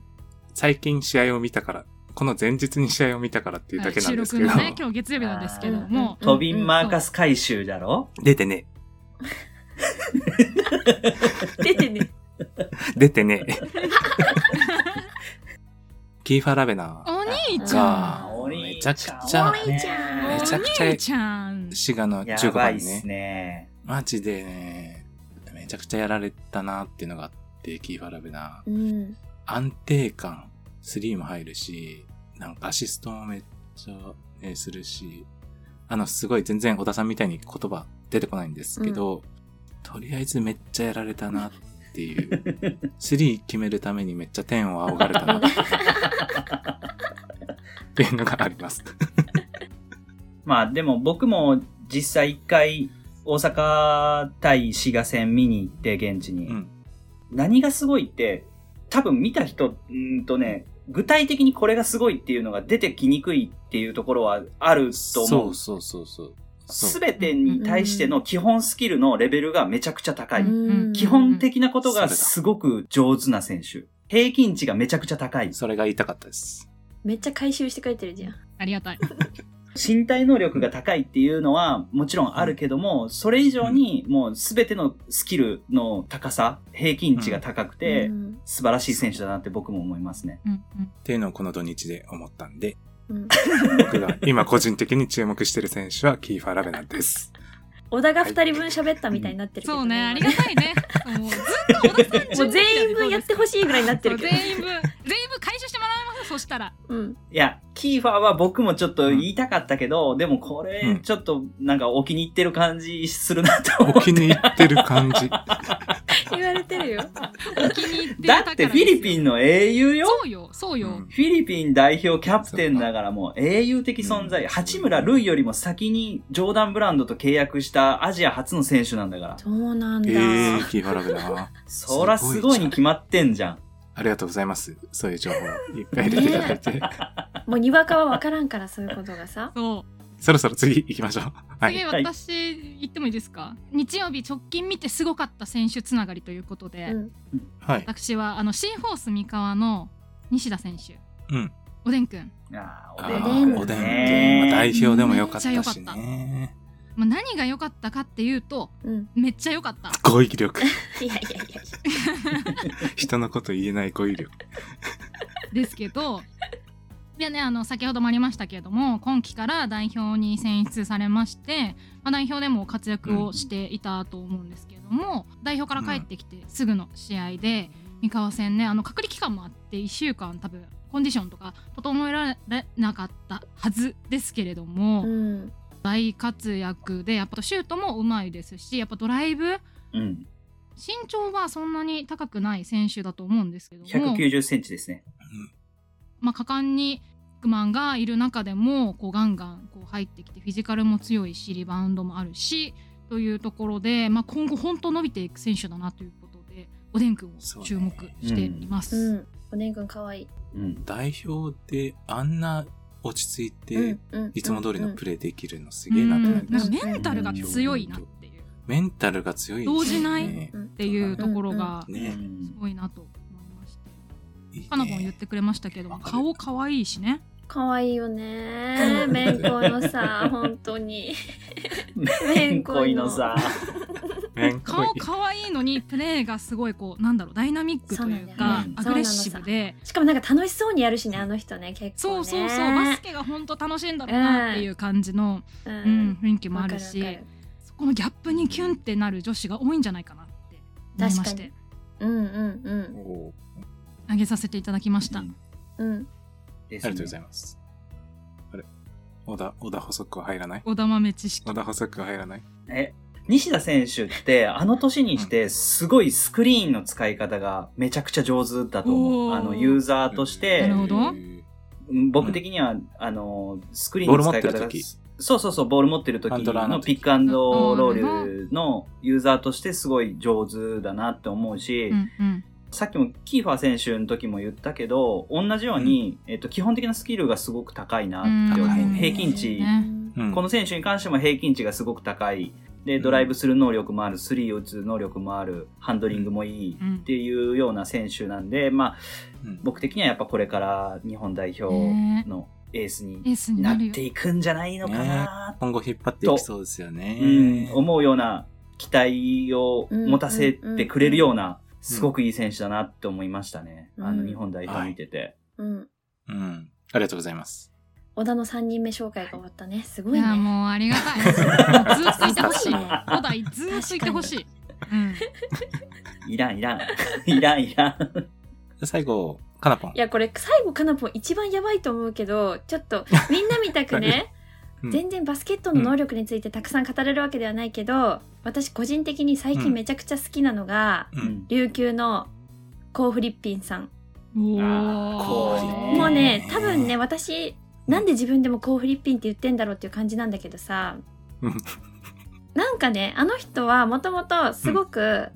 [SPEAKER 2] 最近試合を見たから、この前日に試合を見たからっていうだけなんですけど、
[SPEAKER 3] はい収録のね今日月曜日なんですけども
[SPEAKER 4] うん
[SPEAKER 1] 飛びマーカス回収だろ
[SPEAKER 2] [LAUGHS] 出てね、
[SPEAKER 4] 出てね。
[SPEAKER 2] 出てね。 [LAUGHS] キーファー・ラベナ
[SPEAKER 3] お兄ちゃ
[SPEAKER 2] が
[SPEAKER 1] あ、お兄
[SPEAKER 2] めちゃくちゃ
[SPEAKER 1] お兄ち
[SPEAKER 3] ん
[SPEAKER 1] ゃ
[SPEAKER 2] めちゃくちゃ
[SPEAKER 3] お兄ちゃん
[SPEAKER 2] ー、滋賀の
[SPEAKER 1] や
[SPEAKER 2] 15
[SPEAKER 1] ば
[SPEAKER 2] 番
[SPEAKER 1] いっ
[SPEAKER 2] ね
[SPEAKER 1] す
[SPEAKER 2] [LAUGHS]
[SPEAKER 1] ね。
[SPEAKER 2] マジでね、めちゃくちゃやられたなっていうのがあって、キーファー・ラベナ
[SPEAKER 4] うん。
[SPEAKER 2] 安定感、スリーも入るし、なんかアシストもめっちゃ、ね、するし、あの、すごい全然小田さんみたいに言葉出てこないんですけど、とりあえずめっちゃやられたなっていう、スリー決めるためにめっちゃ天を仰が
[SPEAKER 1] [LAUGHS]
[SPEAKER 2] れたなっていうのがあります。
[SPEAKER 1] まあでも僕も実際一回大阪対滋賀戦見に行って現地に。
[SPEAKER 2] うん。
[SPEAKER 1] 何がすごいって、多分見た人、うーんとね、具体的にこれがすごいっていうのが出てきにくいっていうところはあると
[SPEAKER 2] そ
[SPEAKER 1] 思う
[SPEAKER 2] う。そうそうそう。
[SPEAKER 1] す
[SPEAKER 2] そう
[SPEAKER 1] べてに対しての基本スキルのレベルがめちゃくちゃ高い。
[SPEAKER 4] うん
[SPEAKER 1] 基本的なことがすごく上手な選手。平均値がめちゃくちゃ高い。
[SPEAKER 2] それが言いたかったです。
[SPEAKER 4] めっちゃ回収してくれてるじゃん。
[SPEAKER 3] ありがたい
[SPEAKER 1] 身体能力が高いっていうのはもちろんあるけども、それ以上にもう全てのスキルの高さ、平均値が高くて、
[SPEAKER 4] うん
[SPEAKER 1] 素晴らしい選手だなって僕も思いますね。
[SPEAKER 3] うんうん
[SPEAKER 2] っていうのをこの土日で思ったんで、
[SPEAKER 4] うん
[SPEAKER 2] 僕が今個人的に注目してる選手はキーファー・ラベナです。
[SPEAKER 4] 小田が二人分喋ったみたいになってるけど。
[SPEAKER 3] そうねあり
[SPEAKER 4] 今
[SPEAKER 3] がたいねもうずっと小田さん
[SPEAKER 4] もう全員分やってほしいぐらいになってるけど。
[SPEAKER 3] 全員分全員分回収してもらいますそした
[SPEAKER 2] [LAUGHS]
[SPEAKER 3] ら
[SPEAKER 4] うん。
[SPEAKER 1] いや、キーファーは僕もちょっと言いたかったけど、でもこれ、ちょっとなんかお気に入ってる感じするなと思
[SPEAKER 2] お
[SPEAKER 1] っ
[SPEAKER 2] 気
[SPEAKER 1] て。
[SPEAKER 2] に入ってる感じ。
[SPEAKER 4] 言われてるよ。
[SPEAKER 3] お気に
[SPEAKER 2] [LAUGHS]
[SPEAKER 3] 入って
[SPEAKER 1] だってフィリピ
[SPEAKER 3] ン
[SPEAKER 1] ンの英雄よ
[SPEAKER 3] そうよそうよ、
[SPEAKER 2] うん
[SPEAKER 1] フィリピン代表キャプテンながらも英雄的存在、
[SPEAKER 2] うん
[SPEAKER 1] 八村塁よりも先にジョーダンブランドと契約したアジア初の選手なんだから。
[SPEAKER 4] そうなんだ。
[SPEAKER 2] ええー、キーファー・ラベナ。
[SPEAKER 1] そらすごいに決まってんじゃん。
[SPEAKER 2] ありがとうございます。そういう情報いっぱい入れていただいて。
[SPEAKER 4] もうにわかは分からんからそういうことがさ
[SPEAKER 3] そう
[SPEAKER 2] そろそろ次行きましょう。は
[SPEAKER 3] 次
[SPEAKER 2] い。
[SPEAKER 1] はい
[SPEAKER 3] 私言ってもいいですか日曜日直近見てすごかった選手つながりということで、
[SPEAKER 4] うん
[SPEAKER 2] はい。
[SPEAKER 3] 私はあのシーホース三河の西田選手
[SPEAKER 2] うん。
[SPEAKER 3] おでんくん、
[SPEAKER 1] あ
[SPEAKER 2] あ
[SPEAKER 1] ー
[SPEAKER 2] ー
[SPEAKER 1] お
[SPEAKER 2] お
[SPEAKER 1] で
[SPEAKER 2] で
[SPEAKER 1] んくん
[SPEAKER 2] んね。
[SPEAKER 1] ね
[SPEAKER 2] まあ代表でもよかっ
[SPEAKER 3] め
[SPEAKER 2] た
[SPEAKER 3] っちゃ
[SPEAKER 2] し
[SPEAKER 3] 良かっ
[SPEAKER 2] ね。
[SPEAKER 3] まあ、何が良かったかっていうと
[SPEAKER 4] うん
[SPEAKER 3] めっちゃ良かった
[SPEAKER 2] 語彙力。
[SPEAKER 4] いやいやいや
[SPEAKER 2] 人のこと言えない語彙力。
[SPEAKER 3] ですけどでねあの先ほどもありましたけれども今期から代表に選出されまして、まあ、代表でも活躍をしていたと思うんですけれども、代表から帰ってきてすぐの試合で、三河戦ねあの隔離期間もあって1週間多分コンディションとか整えられなかったはずですけれども、
[SPEAKER 4] うん
[SPEAKER 3] 大活躍でやっぱシュートもうまいですしやっぱドライブ
[SPEAKER 1] うん。
[SPEAKER 3] 身長はそんなに高くない選手だと思うんですけども
[SPEAKER 1] 190センチですね。
[SPEAKER 3] まあ、果敢にクマンがいる中でもこうガンガンこう入ってきてフィジカルも強いしリバウンドもあるしというところで、まあ、今後本当伸びていく選手だなということでおでんくんを注目しています。
[SPEAKER 4] うんおねんくんかわいい
[SPEAKER 1] うん。
[SPEAKER 2] 代表であんな落ち着いて、いつも通りのプレーできるのす
[SPEAKER 3] う
[SPEAKER 2] げえなって
[SPEAKER 3] ん
[SPEAKER 2] なり
[SPEAKER 3] な
[SPEAKER 2] まし
[SPEAKER 3] んか
[SPEAKER 2] た。
[SPEAKER 3] メンタルが強いなっていう
[SPEAKER 2] メンタルが強いですね。
[SPEAKER 3] 動じない
[SPEAKER 2] ね
[SPEAKER 4] っ
[SPEAKER 3] っていうところが
[SPEAKER 1] う
[SPEAKER 2] ね。
[SPEAKER 1] ん
[SPEAKER 3] すごいなと思いまして、
[SPEAKER 2] いいね
[SPEAKER 3] かなぽん言ってくれましたけども
[SPEAKER 2] わかる
[SPEAKER 3] 顔可愛いしね
[SPEAKER 4] かわいいよねめんこいの
[SPEAKER 2] [LAUGHS]
[SPEAKER 4] さ本当
[SPEAKER 3] [LAUGHS]
[SPEAKER 4] にめんこいの
[SPEAKER 1] めんさ。
[SPEAKER 2] めんこ
[SPEAKER 3] 顔
[SPEAKER 2] い
[SPEAKER 3] 可愛いのにプレーがすごいこうなんだろうダイナミックという
[SPEAKER 1] そうな
[SPEAKER 3] か
[SPEAKER 1] んだよね
[SPEAKER 3] アグレッシブで。
[SPEAKER 4] しかもなんか楽しそうにやるしねあの人ね結構
[SPEAKER 3] そう
[SPEAKER 4] ね
[SPEAKER 3] そうそう、バスケが本当楽しいんだろうなっていう感じの、
[SPEAKER 4] う
[SPEAKER 3] うん
[SPEAKER 4] ん
[SPEAKER 3] 雰囲気もある
[SPEAKER 4] わか
[SPEAKER 3] し
[SPEAKER 4] るわか
[SPEAKER 3] そこのギャップにキュンってなる女子が多いんじゃないかなって思いまして
[SPEAKER 4] るうんうん
[SPEAKER 2] おー
[SPEAKER 3] 挙げさせていただきました、
[SPEAKER 1] うん
[SPEAKER 4] うんうん
[SPEAKER 1] で
[SPEAKER 2] ありがとうござ
[SPEAKER 1] い
[SPEAKER 2] います。あれ小田、小田補足は入らない
[SPEAKER 3] おだ豆知識
[SPEAKER 2] 小田補足は入らない
[SPEAKER 1] ます。え、西田選手って、あの年にして、すごいスクリーンの使い方がめちゃくちゃ上手だと思
[SPEAKER 3] お
[SPEAKER 1] う。
[SPEAKER 3] ー
[SPEAKER 1] あの、ユーザーとして
[SPEAKER 3] なる、ほど
[SPEAKER 2] え
[SPEAKER 1] うん僕的には、あの、スクリーンの使い方
[SPEAKER 2] ボール持
[SPEAKER 1] が
[SPEAKER 2] ってる時。
[SPEAKER 1] そうそうそう、ボール持ってる時
[SPEAKER 2] ハンドラーの
[SPEAKER 1] の
[SPEAKER 2] 時
[SPEAKER 1] ピックアンドロールのユーザーとしてすごい上手だなって思うし、
[SPEAKER 3] うんうん
[SPEAKER 1] さっきもキーファー選手の時も言ったけど、同じように、えっと、基本的なスキルがすごく高いなって
[SPEAKER 2] 高
[SPEAKER 1] 思。
[SPEAKER 2] いうね
[SPEAKER 1] 平均値、
[SPEAKER 3] ね
[SPEAKER 4] うん
[SPEAKER 2] ーうん
[SPEAKER 1] この選手に関しても平均値がすごく高い。で、ドライブする能力もある、スリーを打つ能力もある、ハンドリングもいい
[SPEAKER 3] うん
[SPEAKER 1] っていうような選手なんで、まあ、
[SPEAKER 2] うん
[SPEAKER 1] 僕的にはやっぱこれから日本代表のエース
[SPEAKER 3] エ
[SPEAKER 1] に
[SPEAKER 3] ースに
[SPEAKER 1] な
[SPEAKER 3] な
[SPEAKER 1] っ
[SPEAKER 3] るよ
[SPEAKER 1] ていくんじゃないのかな、
[SPEAKER 2] 今後引っ張っていきそうですよね。
[SPEAKER 1] うん、思うような期待を持たせてくれるような、すごくいい選手だなって思いましたね。
[SPEAKER 4] うん
[SPEAKER 1] あの、日本代表見てて。
[SPEAKER 4] うん
[SPEAKER 2] うん。ありがとうございます。
[SPEAKER 4] 小田の三人目紹介が終わったねすご
[SPEAKER 3] い
[SPEAKER 4] い
[SPEAKER 3] や
[SPEAKER 4] ね
[SPEAKER 3] もうありがたいですもうずっといてほし
[SPEAKER 4] す
[SPEAKER 3] い
[SPEAKER 4] ごいね
[SPEAKER 3] おだいずっといてほしい、うん、
[SPEAKER 1] いらん、いらん。 [LAUGHS] いらん、いらん。
[SPEAKER 2] 最後、かなぽん
[SPEAKER 4] い。やこれ最後かなぽん一番やばいと思うけどちょっとみんなみたくね
[SPEAKER 2] うん
[SPEAKER 4] 全然バスケットの能力についてたくさん語れるわけではないけど、私個人的に最近めちゃくちゃ好きなのが、
[SPEAKER 2] うん。
[SPEAKER 4] 琉球のコー・フリッピンさん、
[SPEAKER 3] お
[SPEAKER 1] あーこうね
[SPEAKER 3] ー
[SPEAKER 4] もうね
[SPEAKER 2] へー
[SPEAKER 4] 多分ね私なんで自分でもコー・フリッピンって言ってんだろうっていう感じなんだけどさ
[SPEAKER 2] うん
[SPEAKER 4] なんかねあの人はもともとすごく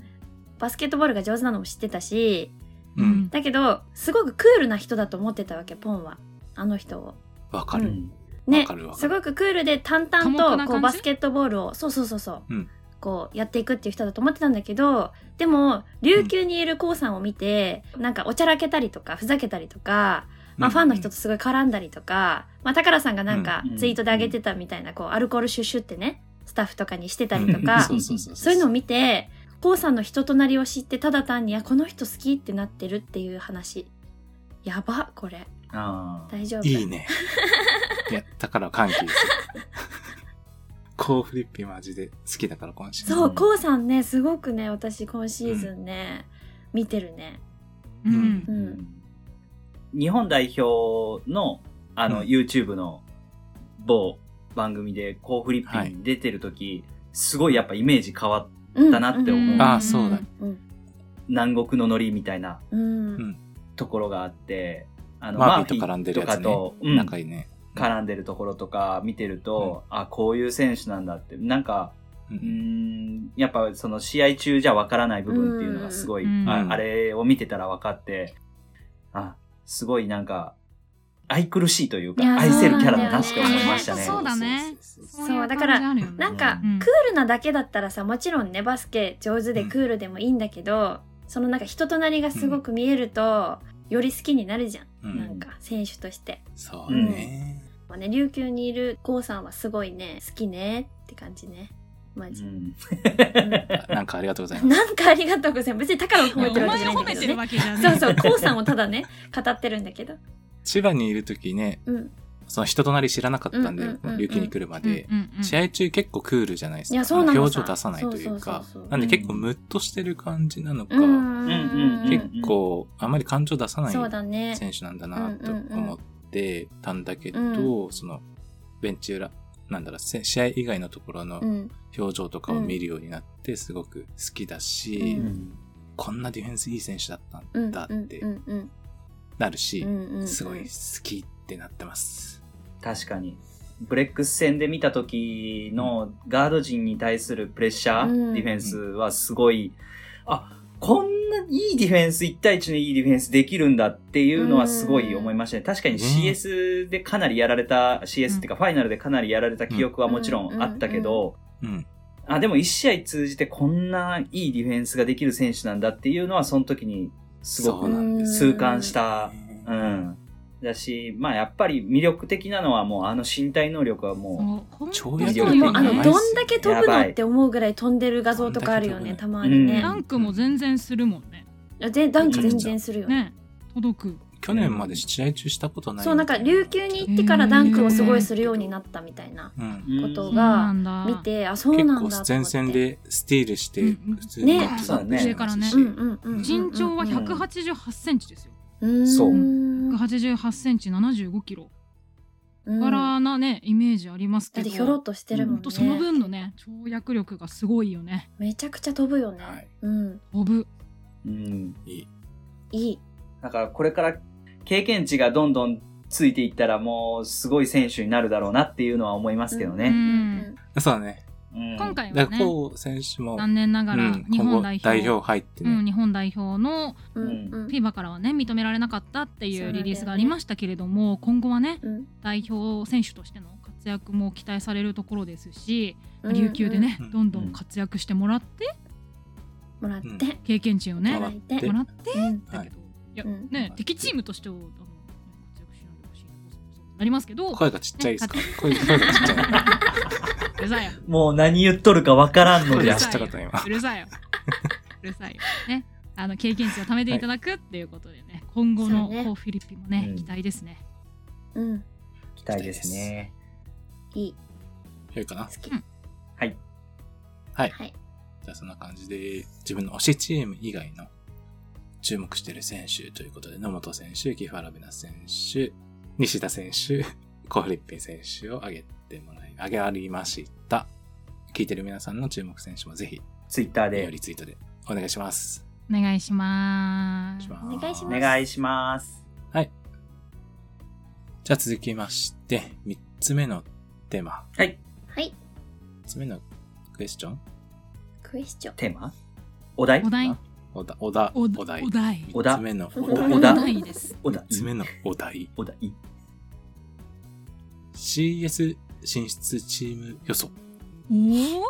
[SPEAKER 4] バスケットボールが上手なのも知ってたし、
[SPEAKER 2] うん。
[SPEAKER 4] だけどすごくクールな人だと思ってたわけポンはあの人を。
[SPEAKER 2] わか
[SPEAKER 1] う
[SPEAKER 2] る。
[SPEAKER 1] ん
[SPEAKER 4] ね
[SPEAKER 2] わかるわかる
[SPEAKER 4] すごくクールで淡
[SPEAKER 3] 寡黙
[SPEAKER 4] 々
[SPEAKER 3] な
[SPEAKER 4] とこ
[SPEAKER 3] 感
[SPEAKER 4] う
[SPEAKER 3] じ
[SPEAKER 4] バスケットボールをそうそうそうそう、
[SPEAKER 2] うん
[SPEAKER 4] こうやっていくっていう人だと思ってたんだけどでも琉球にいる k さんを見て、なんかおちゃらけたりとかふざけたりとか、まあ、ファンの人とすごい絡んだりとか、まあ、宝さんがなんか
[SPEAKER 1] うん
[SPEAKER 4] ツイートで上げてたみたいなこうアルコールシュッシュってねスタッフとかにしてたりと
[SPEAKER 2] うん
[SPEAKER 4] か
[SPEAKER 2] そうそうそう。
[SPEAKER 4] そういうのを見て k さんの人となりを知ってただ単にあこの人好きってなってるっていう話やばこれ
[SPEAKER 1] あー
[SPEAKER 4] 大丈夫
[SPEAKER 2] いいね。いや、だから歓
[SPEAKER 4] [LAUGHS]
[SPEAKER 2] 喜ですよ。コーフリッピマジで好きだから、今週。
[SPEAKER 4] そうう、
[SPEAKER 1] ん
[SPEAKER 4] こうさんね、すごくね、私今シーズンね、見てるね。
[SPEAKER 3] うん
[SPEAKER 1] う
[SPEAKER 4] う。
[SPEAKER 1] んん日本代表の、あの、
[SPEAKER 2] うん
[SPEAKER 1] YouTube の某番組で、コーフリッピンに出てる時、すごいやっぱイメージ変わっ
[SPEAKER 4] うん
[SPEAKER 1] だなって思う。
[SPEAKER 3] うん
[SPEAKER 2] あーそうだ
[SPEAKER 4] うん。
[SPEAKER 1] 南国のノリみたいな
[SPEAKER 4] うん。うん
[SPEAKER 1] ところがあって、あの、
[SPEAKER 2] マーフィーと絡んでるやつね
[SPEAKER 1] マーフィーとかと、うん
[SPEAKER 2] 仲いいね。
[SPEAKER 1] 絡んでるところとか見てると、あ、こういう選手なんだって、なんか、
[SPEAKER 2] う
[SPEAKER 1] うー
[SPEAKER 2] ん。
[SPEAKER 1] んやっぱその試合中じゃわからない部分っていうのがすごい、
[SPEAKER 3] うん
[SPEAKER 1] あ
[SPEAKER 2] うん
[SPEAKER 1] あれを見てたら分かってあ、すごいなんか、愛くるしいという
[SPEAKER 4] い
[SPEAKER 1] か、
[SPEAKER 4] や
[SPEAKER 1] 愛せるキャラ
[SPEAKER 4] そう
[SPEAKER 1] だ
[SPEAKER 4] な
[SPEAKER 1] な
[SPEAKER 4] ん
[SPEAKER 1] っ
[SPEAKER 4] だ
[SPEAKER 1] て
[SPEAKER 4] よね
[SPEAKER 1] 思いましたね。
[SPEAKER 3] そうだね
[SPEAKER 2] そうそうそう
[SPEAKER 3] そういう
[SPEAKER 4] だから
[SPEAKER 3] 感じあるよね
[SPEAKER 4] なんか、
[SPEAKER 3] うん
[SPEAKER 4] クールなだけだったらさもちろんねバスケ上手でクールでもいいんだけど、そのなんか人となりがすごく見えると、より好きになるじゃん、
[SPEAKER 2] うん
[SPEAKER 4] なんか選手として。
[SPEAKER 2] そうね。
[SPEAKER 4] まあね、琉球にいる郷さんはすごいね好きねって感じねマ
[SPEAKER 1] う
[SPEAKER 4] ジ、
[SPEAKER 1] ん
[SPEAKER 2] あなんかありがとうございます。
[SPEAKER 4] なんかありがとうございます別に高野を褒めて
[SPEAKER 3] い
[SPEAKER 4] る
[SPEAKER 3] やお
[SPEAKER 4] わけじ
[SPEAKER 3] 前
[SPEAKER 4] ゃないんだけど
[SPEAKER 3] を褒めてる
[SPEAKER 4] ね
[SPEAKER 3] わけじゃない
[SPEAKER 4] そうそう郷さんをただね語ってるんだけど
[SPEAKER 2] 千葉にいる時ね、
[SPEAKER 4] うん
[SPEAKER 2] その人となり知らなかったんで
[SPEAKER 4] うんうんうんう、ん
[SPEAKER 2] 琉球に来るま
[SPEAKER 3] うん
[SPEAKER 2] で、
[SPEAKER 3] うんうん
[SPEAKER 2] 試合中結構クールじゃないです
[SPEAKER 4] い
[SPEAKER 2] か。
[SPEAKER 4] やそうなのさ
[SPEAKER 2] 表情出さないというか
[SPEAKER 4] そうそうそうそう
[SPEAKER 2] なんで結構ムッとしてる感じなのか、
[SPEAKER 4] うん
[SPEAKER 1] うん
[SPEAKER 2] 結構あまり感情出さない
[SPEAKER 4] そうだね
[SPEAKER 2] 選手なんだなと思ってたんだけど、
[SPEAKER 4] うんう
[SPEAKER 2] そのベンチ裏なんだろうせ試合以外のところの
[SPEAKER 4] うん
[SPEAKER 2] 表情とかを見るようになってすごく好きだし、
[SPEAKER 1] う
[SPEAKER 4] うん
[SPEAKER 1] ん
[SPEAKER 2] こんなディフェンスいい選手だった
[SPEAKER 4] うんん
[SPEAKER 2] だって
[SPEAKER 4] うんうん
[SPEAKER 2] なるし、
[SPEAKER 4] うんうん
[SPEAKER 2] すごい好きってなってます。
[SPEAKER 1] 確かに。ブレックス戦で見た時のガード陣に対するプレッシャー、
[SPEAKER 4] うん
[SPEAKER 1] ディフェンスはすごい、あ、こんないいディフェンス、1対1のいいディフェンスできるんだっていうのはすごい思いましたね。確かに CS でかなりやられた、CS っていうかファイナルでかなりやられた記憶はもちろんあったけど、
[SPEAKER 2] うん、
[SPEAKER 1] あ、でも1試合通じてこんないいディフェンスができる選手なんだっていうのはその時にすご
[SPEAKER 2] そうな
[SPEAKER 1] く
[SPEAKER 2] んです
[SPEAKER 1] 痛感し
[SPEAKER 2] よ
[SPEAKER 1] た
[SPEAKER 2] ね。
[SPEAKER 1] うん。だし、まあやっぱり魅力的なのはもうあの身体能力はも
[SPEAKER 3] そう
[SPEAKER 2] 跳
[SPEAKER 1] 躍
[SPEAKER 4] で
[SPEAKER 1] 力
[SPEAKER 4] も
[SPEAKER 1] が
[SPEAKER 4] あ
[SPEAKER 1] や
[SPEAKER 4] の
[SPEAKER 1] ばいっ
[SPEAKER 4] ど
[SPEAKER 1] す
[SPEAKER 4] んだけ飛ぶのって思うぐらい飛んでる画像とかあるよねたまに
[SPEAKER 1] う
[SPEAKER 4] ね
[SPEAKER 3] ダ、ンクも全然するもんね。
[SPEAKER 4] いやぜダンク全然するよね
[SPEAKER 3] ね届く。
[SPEAKER 2] 去年まで試合中したことない
[SPEAKER 4] そうなんか琉球に行ってからダンクをすごいするようになったみたいな
[SPEAKER 2] うん
[SPEAKER 1] う、
[SPEAKER 4] こと
[SPEAKER 1] うん
[SPEAKER 4] が
[SPEAKER 3] そうなんだ
[SPEAKER 4] 見てあそう
[SPEAKER 2] 結
[SPEAKER 4] なんだと
[SPEAKER 2] 構
[SPEAKER 4] 思って
[SPEAKER 2] 前線でスティールして
[SPEAKER 3] うん
[SPEAKER 2] 普通に
[SPEAKER 4] ね
[SPEAKER 2] カットダウンもしてますし
[SPEAKER 3] 上
[SPEAKER 4] うんうんうんうんうん
[SPEAKER 3] 身長は188センチです
[SPEAKER 4] う
[SPEAKER 3] よ。
[SPEAKER 4] ん
[SPEAKER 1] そう
[SPEAKER 3] 188センチ75キロ。
[SPEAKER 4] うんだ
[SPEAKER 3] 柄なねイメージありますけ
[SPEAKER 4] って
[SPEAKER 3] ど。
[SPEAKER 4] ひょろっとしてるもん
[SPEAKER 3] ほんとその
[SPEAKER 4] ね
[SPEAKER 3] 分のね跳躍力がすごいよね。
[SPEAKER 4] めちゃくちゃ飛ぶよね
[SPEAKER 2] はい
[SPEAKER 4] うん
[SPEAKER 3] 飛ぶ。
[SPEAKER 1] うん。
[SPEAKER 2] いい
[SPEAKER 4] いい
[SPEAKER 1] だからこれから経験値がどんどんついていったらもうすごい選手になるだろうなっていうのは思いますけど
[SPEAKER 3] う
[SPEAKER 1] ね。
[SPEAKER 3] ん。
[SPEAKER 2] そうだ
[SPEAKER 1] う
[SPEAKER 2] ね。
[SPEAKER 1] ん
[SPEAKER 3] 今回
[SPEAKER 2] だ
[SPEAKER 3] は
[SPEAKER 2] から、
[SPEAKER 3] ね
[SPEAKER 2] こう選手も、
[SPEAKER 3] 残念な
[SPEAKER 2] う
[SPEAKER 3] がら
[SPEAKER 2] ん、
[SPEAKER 3] 日
[SPEAKER 2] 今
[SPEAKER 3] 本
[SPEAKER 2] 後
[SPEAKER 3] 代表。
[SPEAKER 2] 代表入って
[SPEAKER 3] う
[SPEAKER 2] ね
[SPEAKER 3] ん、。日本代表の
[SPEAKER 4] うんうんうん
[SPEAKER 3] FIBA からはね認められなかったってい
[SPEAKER 4] そうだ
[SPEAKER 3] う
[SPEAKER 4] よね
[SPEAKER 3] リリースがありましたけれども今後はね
[SPEAKER 4] うん
[SPEAKER 3] 代表選手としての活躍も期待されるところですし、
[SPEAKER 4] うん
[SPEAKER 3] 琉球でね、
[SPEAKER 2] うん
[SPEAKER 3] どんどん活躍してもらって
[SPEAKER 4] もらって
[SPEAKER 2] うん
[SPEAKER 3] 経験値をね、
[SPEAKER 4] もらっ
[SPEAKER 3] も
[SPEAKER 2] うん
[SPEAKER 4] て
[SPEAKER 3] らって
[SPEAKER 4] うん
[SPEAKER 2] は
[SPEAKER 3] だ
[SPEAKER 2] い
[SPEAKER 3] けど、いや、
[SPEAKER 4] うん
[SPEAKER 3] ね
[SPEAKER 2] うん
[SPEAKER 3] 敵チームとしてはあの活躍しないでほしいななりますけど
[SPEAKER 2] 声がちっちゃいですか
[SPEAKER 4] [LAUGHS]
[SPEAKER 2] 声声がちっちゃい。
[SPEAKER 3] うるさいよ
[SPEAKER 1] もう何言っとるかわからんの
[SPEAKER 2] 声
[SPEAKER 1] じ
[SPEAKER 2] が
[SPEAKER 1] ゃ
[SPEAKER 2] ち。っちゃかった今。
[SPEAKER 3] うるさいようるさいよねあの経験値を貯めていただくっていうことでね、今後の
[SPEAKER 4] そうね
[SPEAKER 3] こうフィリピンもね、
[SPEAKER 1] うん
[SPEAKER 3] 期待ですね
[SPEAKER 4] うん
[SPEAKER 1] 期待ですね。
[SPEAKER 4] いい
[SPEAKER 2] 良いかな
[SPEAKER 4] 好き
[SPEAKER 3] うん
[SPEAKER 1] はい。
[SPEAKER 2] はい。
[SPEAKER 4] はい
[SPEAKER 2] じゃあそんな感じで、自分の推しチーム以外の注目してる選手ということで、野本選手、木原ベナ選手、西田選手、 [LAUGHS] コフリッピン選手を挙げてもらい、挙げありました。聞いてる皆さんの注目選手もぜひ、
[SPEAKER 1] ツイッターで
[SPEAKER 2] リツイートでお願いします。
[SPEAKER 3] お願いします
[SPEAKER 2] お
[SPEAKER 4] 願いし
[SPEAKER 1] お
[SPEAKER 4] ます
[SPEAKER 1] 願いします。
[SPEAKER 2] じゃあ続きまして、3つ目のテーマ。
[SPEAKER 1] はい。
[SPEAKER 4] はい
[SPEAKER 2] 3つ目のクエスチョン
[SPEAKER 4] クエスチョン
[SPEAKER 1] テーマお題
[SPEAKER 3] お題
[SPEAKER 2] おだ、おだ、
[SPEAKER 3] お
[SPEAKER 2] お題。
[SPEAKER 3] お題
[SPEAKER 1] お題
[SPEAKER 2] 3つ目のお
[SPEAKER 1] お
[SPEAKER 2] 題。
[SPEAKER 1] お題
[SPEAKER 3] お題です
[SPEAKER 1] お題
[SPEAKER 2] 3つ目のお題。
[SPEAKER 1] お題
[SPEAKER 2] CS 進出チーム予想
[SPEAKER 3] おー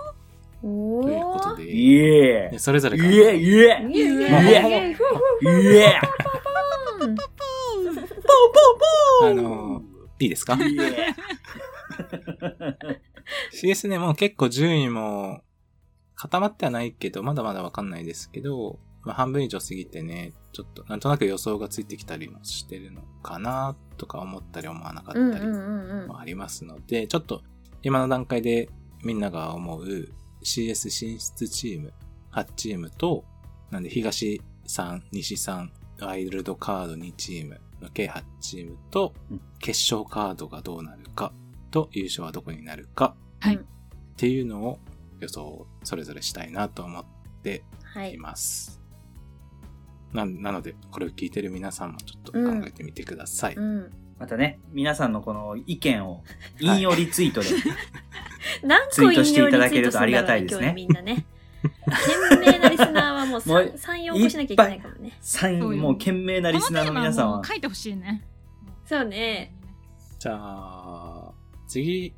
[SPEAKER 4] お
[SPEAKER 2] という
[SPEAKER 4] お
[SPEAKER 2] ことで、
[SPEAKER 1] イエ
[SPEAKER 2] でそれぞれ
[SPEAKER 1] ー
[SPEAKER 2] から
[SPEAKER 1] イエーイエ
[SPEAKER 4] イエイイエイ
[SPEAKER 1] まあ
[SPEAKER 4] イエイふう
[SPEAKER 1] ーイエー
[SPEAKER 4] ふ
[SPEAKER 1] ポ
[SPEAKER 4] う
[SPEAKER 1] ンポ
[SPEAKER 2] あ
[SPEAKER 1] ンポン
[SPEAKER 2] の、いいで
[SPEAKER 1] [LAUGHS]
[SPEAKER 2] すか
[SPEAKER 1] イエ
[SPEAKER 2] ?CS ね、もう結構順位も固まってはないけど、まだまだわかんないですけど、まあ、半分以上過ぎてね、ちょっとなんとなく予想がついてきたりもしてるのかなとか思ったり思わなかった
[SPEAKER 4] うんう
[SPEAKER 2] り
[SPEAKER 4] んうんうん
[SPEAKER 2] もありますので、ちょっと今の段階でみんなが思う CS 進出チーム8チームと、なんで東3、西3、ワイルドカード2チームの計8チームと
[SPEAKER 1] うん、
[SPEAKER 2] 決勝カードがどうなるかと優勝はどこになるか、
[SPEAKER 3] はい
[SPEAKER 2] っていうのを予想それぞれしたいなと思って
[SPEAKER 4] はいい
[SPEAKER 2] ます。ななので、これを聞いてる皆さんもちょっと考えてみてください。
[SPEAKER 4] うん
[SPEAKER 1] またね、皆さんのこの意見を
[SPEAKER 3] [LAUGHS]
[SPEAKER 1] 引用リツイートで。
[SPEAKER 4] 何個引用リツイートしたんだろうね今日みんなね。賢明なリスナーはもう
[SPEAKER 1] もう
[SPEAKER 4] 3、4個しなきゃいけないかもね。
[SPEAKER 1] さん
[SPEAKER 3] そうよ
[SPEAKER 1] もう懸命なリスナーの皆さん
[SPEAKER 3] このテーマも
[SPEAKER 1] は
[SPEAKER 3] う書いてほしいね。
[SPEAKER 4] そうね。
[SPEAKER 2] じゃあ、次、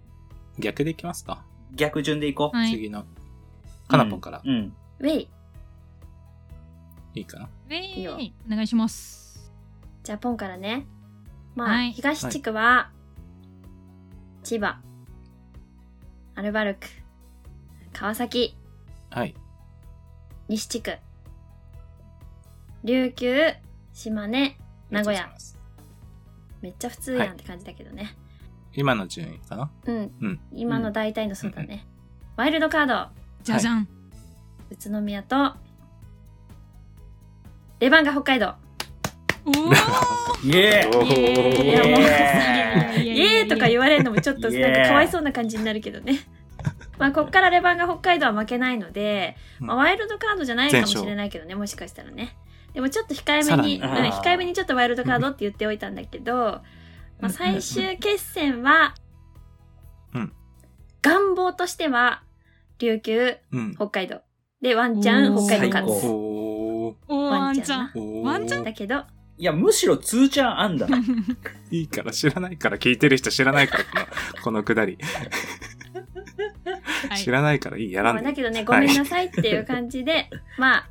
[SPEAKER 2] 逆でいきますか。
[SPEAKER 1] 逆順でいこう。
[SPEAKER 3] はい。
[SPEAKER 2] 次の、かなぽんから、
[SPEAKER 1] うん。うん
[SPEAKER 4] ウェイ。
[SPEAKER 2] いいかな。
[SPEAKER 3] ウェ
[SPEAKER 4] いいよ
[SPEAKER 3] イお願いします。
[SPEAKER 4] じゃあ、ポンからね。まあ、
[SPEAKER 3] はい
[SPEAKER 4] 東地区は、千葉、アルバルク、川崎、
[SPEAKER 2] はい。
[SPEAKER 4] 西地区、琉球、島根、名古屋
[SPEAKER 2] ありがとうございます。
[SPEAKER 4] めっちゃ普通やんって感じだけどね。
[SPEAKER 2] 今の順位かな
[SPEAKER 4] うん。
[SPEAKER 2] うん
[SPEAKER 4] 今の大体のそうだね。ワイルドカード、
[SPEAKER 3] じゃじゃん。
[SPEAKER 4] 宇都宮と、レバンガ北海道。
[SPEAKER 3] おー
[SPEAKER 1] イエーイ
[SPEAKER 2] お
[SPEAKER 3] イエ
[SPEAKER 4] ーイ
[SPEAKER 3] ー
[SPEAKER 4] イエーとか言
[SPEAKER 3] わ
[SPEAKER 4] われるのもちょっと
[SPEAKER 1] イ
[SPEAKER 4] な
[SPEAKER 1] エ
[SPEAKER 4] ん
[SPEAKER 1] ー
[SPEAKER 4] かかわいそうな感じになるけどね。まあ、こっからレバンガ北海道は負けないので、まあ、ワイルドカードじゃないかもしれないけどね、もしかしたらね。でもちょっと控え
[SPEAKER 2] さ
[SPEAKER 4] め
[SPEAKER 2] ら
[SPEAKER 4] に、
[SPEAKER 2] に
[SPEAKER 4] うん
[SPEAKER 1] あー
[SPEAKER 4] 控えめにちょっとワイルドカードって言っておいたんだけど、まあ、最終決戦は、
[SPEAKER 2] うん
[SPEAKER 4] 願望としては、琉球、
[SPEAKER 2] うん。
[SPEAKER 4] 北海道。で、ワンチャン
[SPEAKER 3] おー
[SPEAKER 4] 北海道勝
[SPEAKER 1] 最
[SPEAKER 4] つ。
[SPEAKER 2] おー
[SPEAKER 3] おーワ
[SPEAKER 4] ワ
[SPEAKER 3] ン
[SPEAKER 4] ン
[SPEAKER 3] ち
[SPEAKER 4] ち
[SPEAKER 3] ゃ
[SPEAKER 4] ゃ
[SPEAKER 3] ん
[SPEAKER 4] ん。
[SPEAKER 2] おー
[SPEAKER 3] ワンチャン
[SPEAKER 4] だけど、
[SPEAKER 1] いや、むしろ通ちゃんあんだ。
[SPEAKER 2] いいから知らないから聞いてる人知らないからこの [LAUGHS] このくだり、
[SPEAKER 3] はい
[SPEAKER 2] 知らないからいいやら
[SPEAKER 4] ま
[SPEAKER 2] ん
[SPEAKER 4] あ
[SPEAKER 2] で
[SPEAKER 4] だけどね、ごめん
[SPEAKER 2] は
[SPEAKER 4] ないさいっていう感じ
[SPEAKER 2] [LAUGHS]
[SPEAKER 4] で、まあ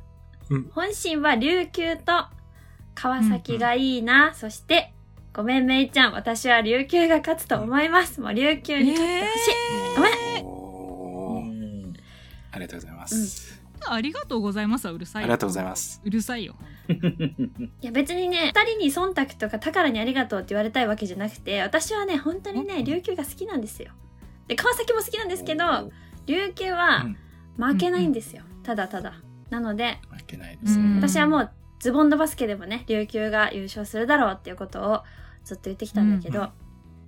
[SPEAKER 2] うん、
[SPEAKER 4] 本心は琉球と川崎がいいな、そして、ごめん、めいちゃん、私は琉球が勝つと思います。もう琉球に勝ってほしい。ごめ
[SPEAKER 2] おーありがとうございます、
[SPEAKER 3] ありがとうございますはうるさい
[SPEAKER 2] ありがとうございます
[SPEAKER 3] うるさいよ
[SPEAKER 4] いや、別にね、二人に忖度とか、宝にありがとうって言われたいわけじゃなくて、私はね、本当にね、琉球が好きなんですよ。で、川崎も好きなんですけど、
[SPEAKER 2] おー
[SPEAKER 4] 琉球
[SPEAKER 2] う
[SPEAKER 4] は
[SPEAKER 2] ん
[SPEAKER 4] 負けないんですよ。ただただ。なので、
[SPEAKER 2] 負けないですね、
[SPEAKER 3] うん
[SPEAKER 4] 私はもうズボンのバスケでもね琉球が優勝するだろうっていうことをずっと言ってきたんだけど、
[SPEAKER 2] う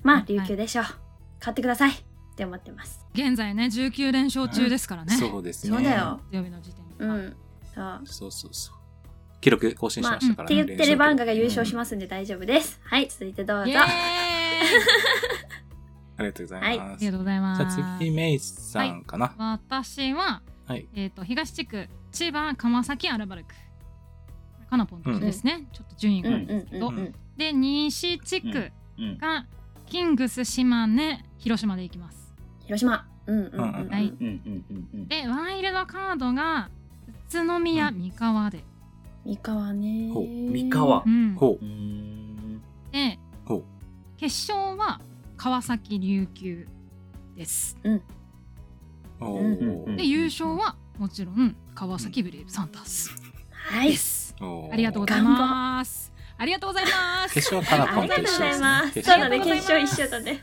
[SPEAKER 4] まあ琉球でしょう、買ってくださいって思ってます、
[SPEAKER 3] 現在ね19連勝中ですからね
[SPEAKER 2] そうですね
[SPEAKER 4] そうだよ
[SPEAKER 3] 土曜日の時点で
[SPEAKER 4] う
[SPEAKER 3] は
[SPEAKER 4] んそうま
[SPEAKER 2] そうそうそう記録更新し
[SPEAKER 4] あ
[SPEAKER 2] ましたか
[SPEAKER 4] っ
[SPEAKER 2] ら
[SPEAKER 4] て
[SPEAKER 2] ね、
[SPEAKER 4] 言ってレバンガが優勝し
[SPEAKER 2] ま
[SPEAKER 4] ますんで大丈夫です、はい続いてどうぞ
[SPEAKER 3] イエーイ
[SPEAKER 2] す、ありがとうござい
[SPEAKER 3] あ
[SPEAKER 2] ます、
[SPEAKER 3] りがとうございます
[SPEAKER 2] じゃあ次メイさんかな
[SPEAKER 3] 私は、
[SPEAKER 2] はい
[SPEAKER 3] えっ、と東地区千葉川崎アルバルクかなぽんと一緒ですね、ちょっと順位
[SPEAKER 4] う
[SPEAKER 3] が、
[SPEAKER 4] んうんうんうん、
[SPEAKER 3] で西地区
[SPEAKER 1] うん
[SPEAKER 3] がキングス島根広島でいきます
[SPEAKER 4] 広島うんうんうん、うん
[SPEAKER 3] はい
[SPEAKER 1] うんうんうんうん
[SPEAKER 3] でワイルドカードが宇都宮三河で、
[SPEAKER 4] 三河ね
[SPEAKER 2] ほう
[SPEAKER 1] 三河
[SPEAKER 3] うん
[SPEAKER 2] ほ
[SPEAKER 1] うーん
[SPEAKER 3] で
[SPEAKER 2] ほう
[SPEAKER 3] 決勝は川崎琉球です
[SPEAKER 2] うお
[SPEAKER 1] うん
[SPEAKER 2] ー
[SPEAKER 3] で優勝はもちろん川崎ブレイブサンタース
[SPEAKER 4] はい
[SPEAKER 3] です、
[SPEAKER 2] おー
[SPEAKER 3] ありがとうございますありがとうございます
[SPEAKER 2] 決勝はカナポ
[SPEAKER 4] あ
[SPEAKER 2] ン
[SPEAKER 4] り
[SPEAKER 2] と
[SPEAKER 4] が
[SPEAKER 2] 一緒
[SPEAKER 4] とう
[SPEAKER 2] で
[SPEAKER 4] ございます。そう
[SPEAKER 2] す、ね、決勝
[SPEAKER 4] だね、決勝一緒だね。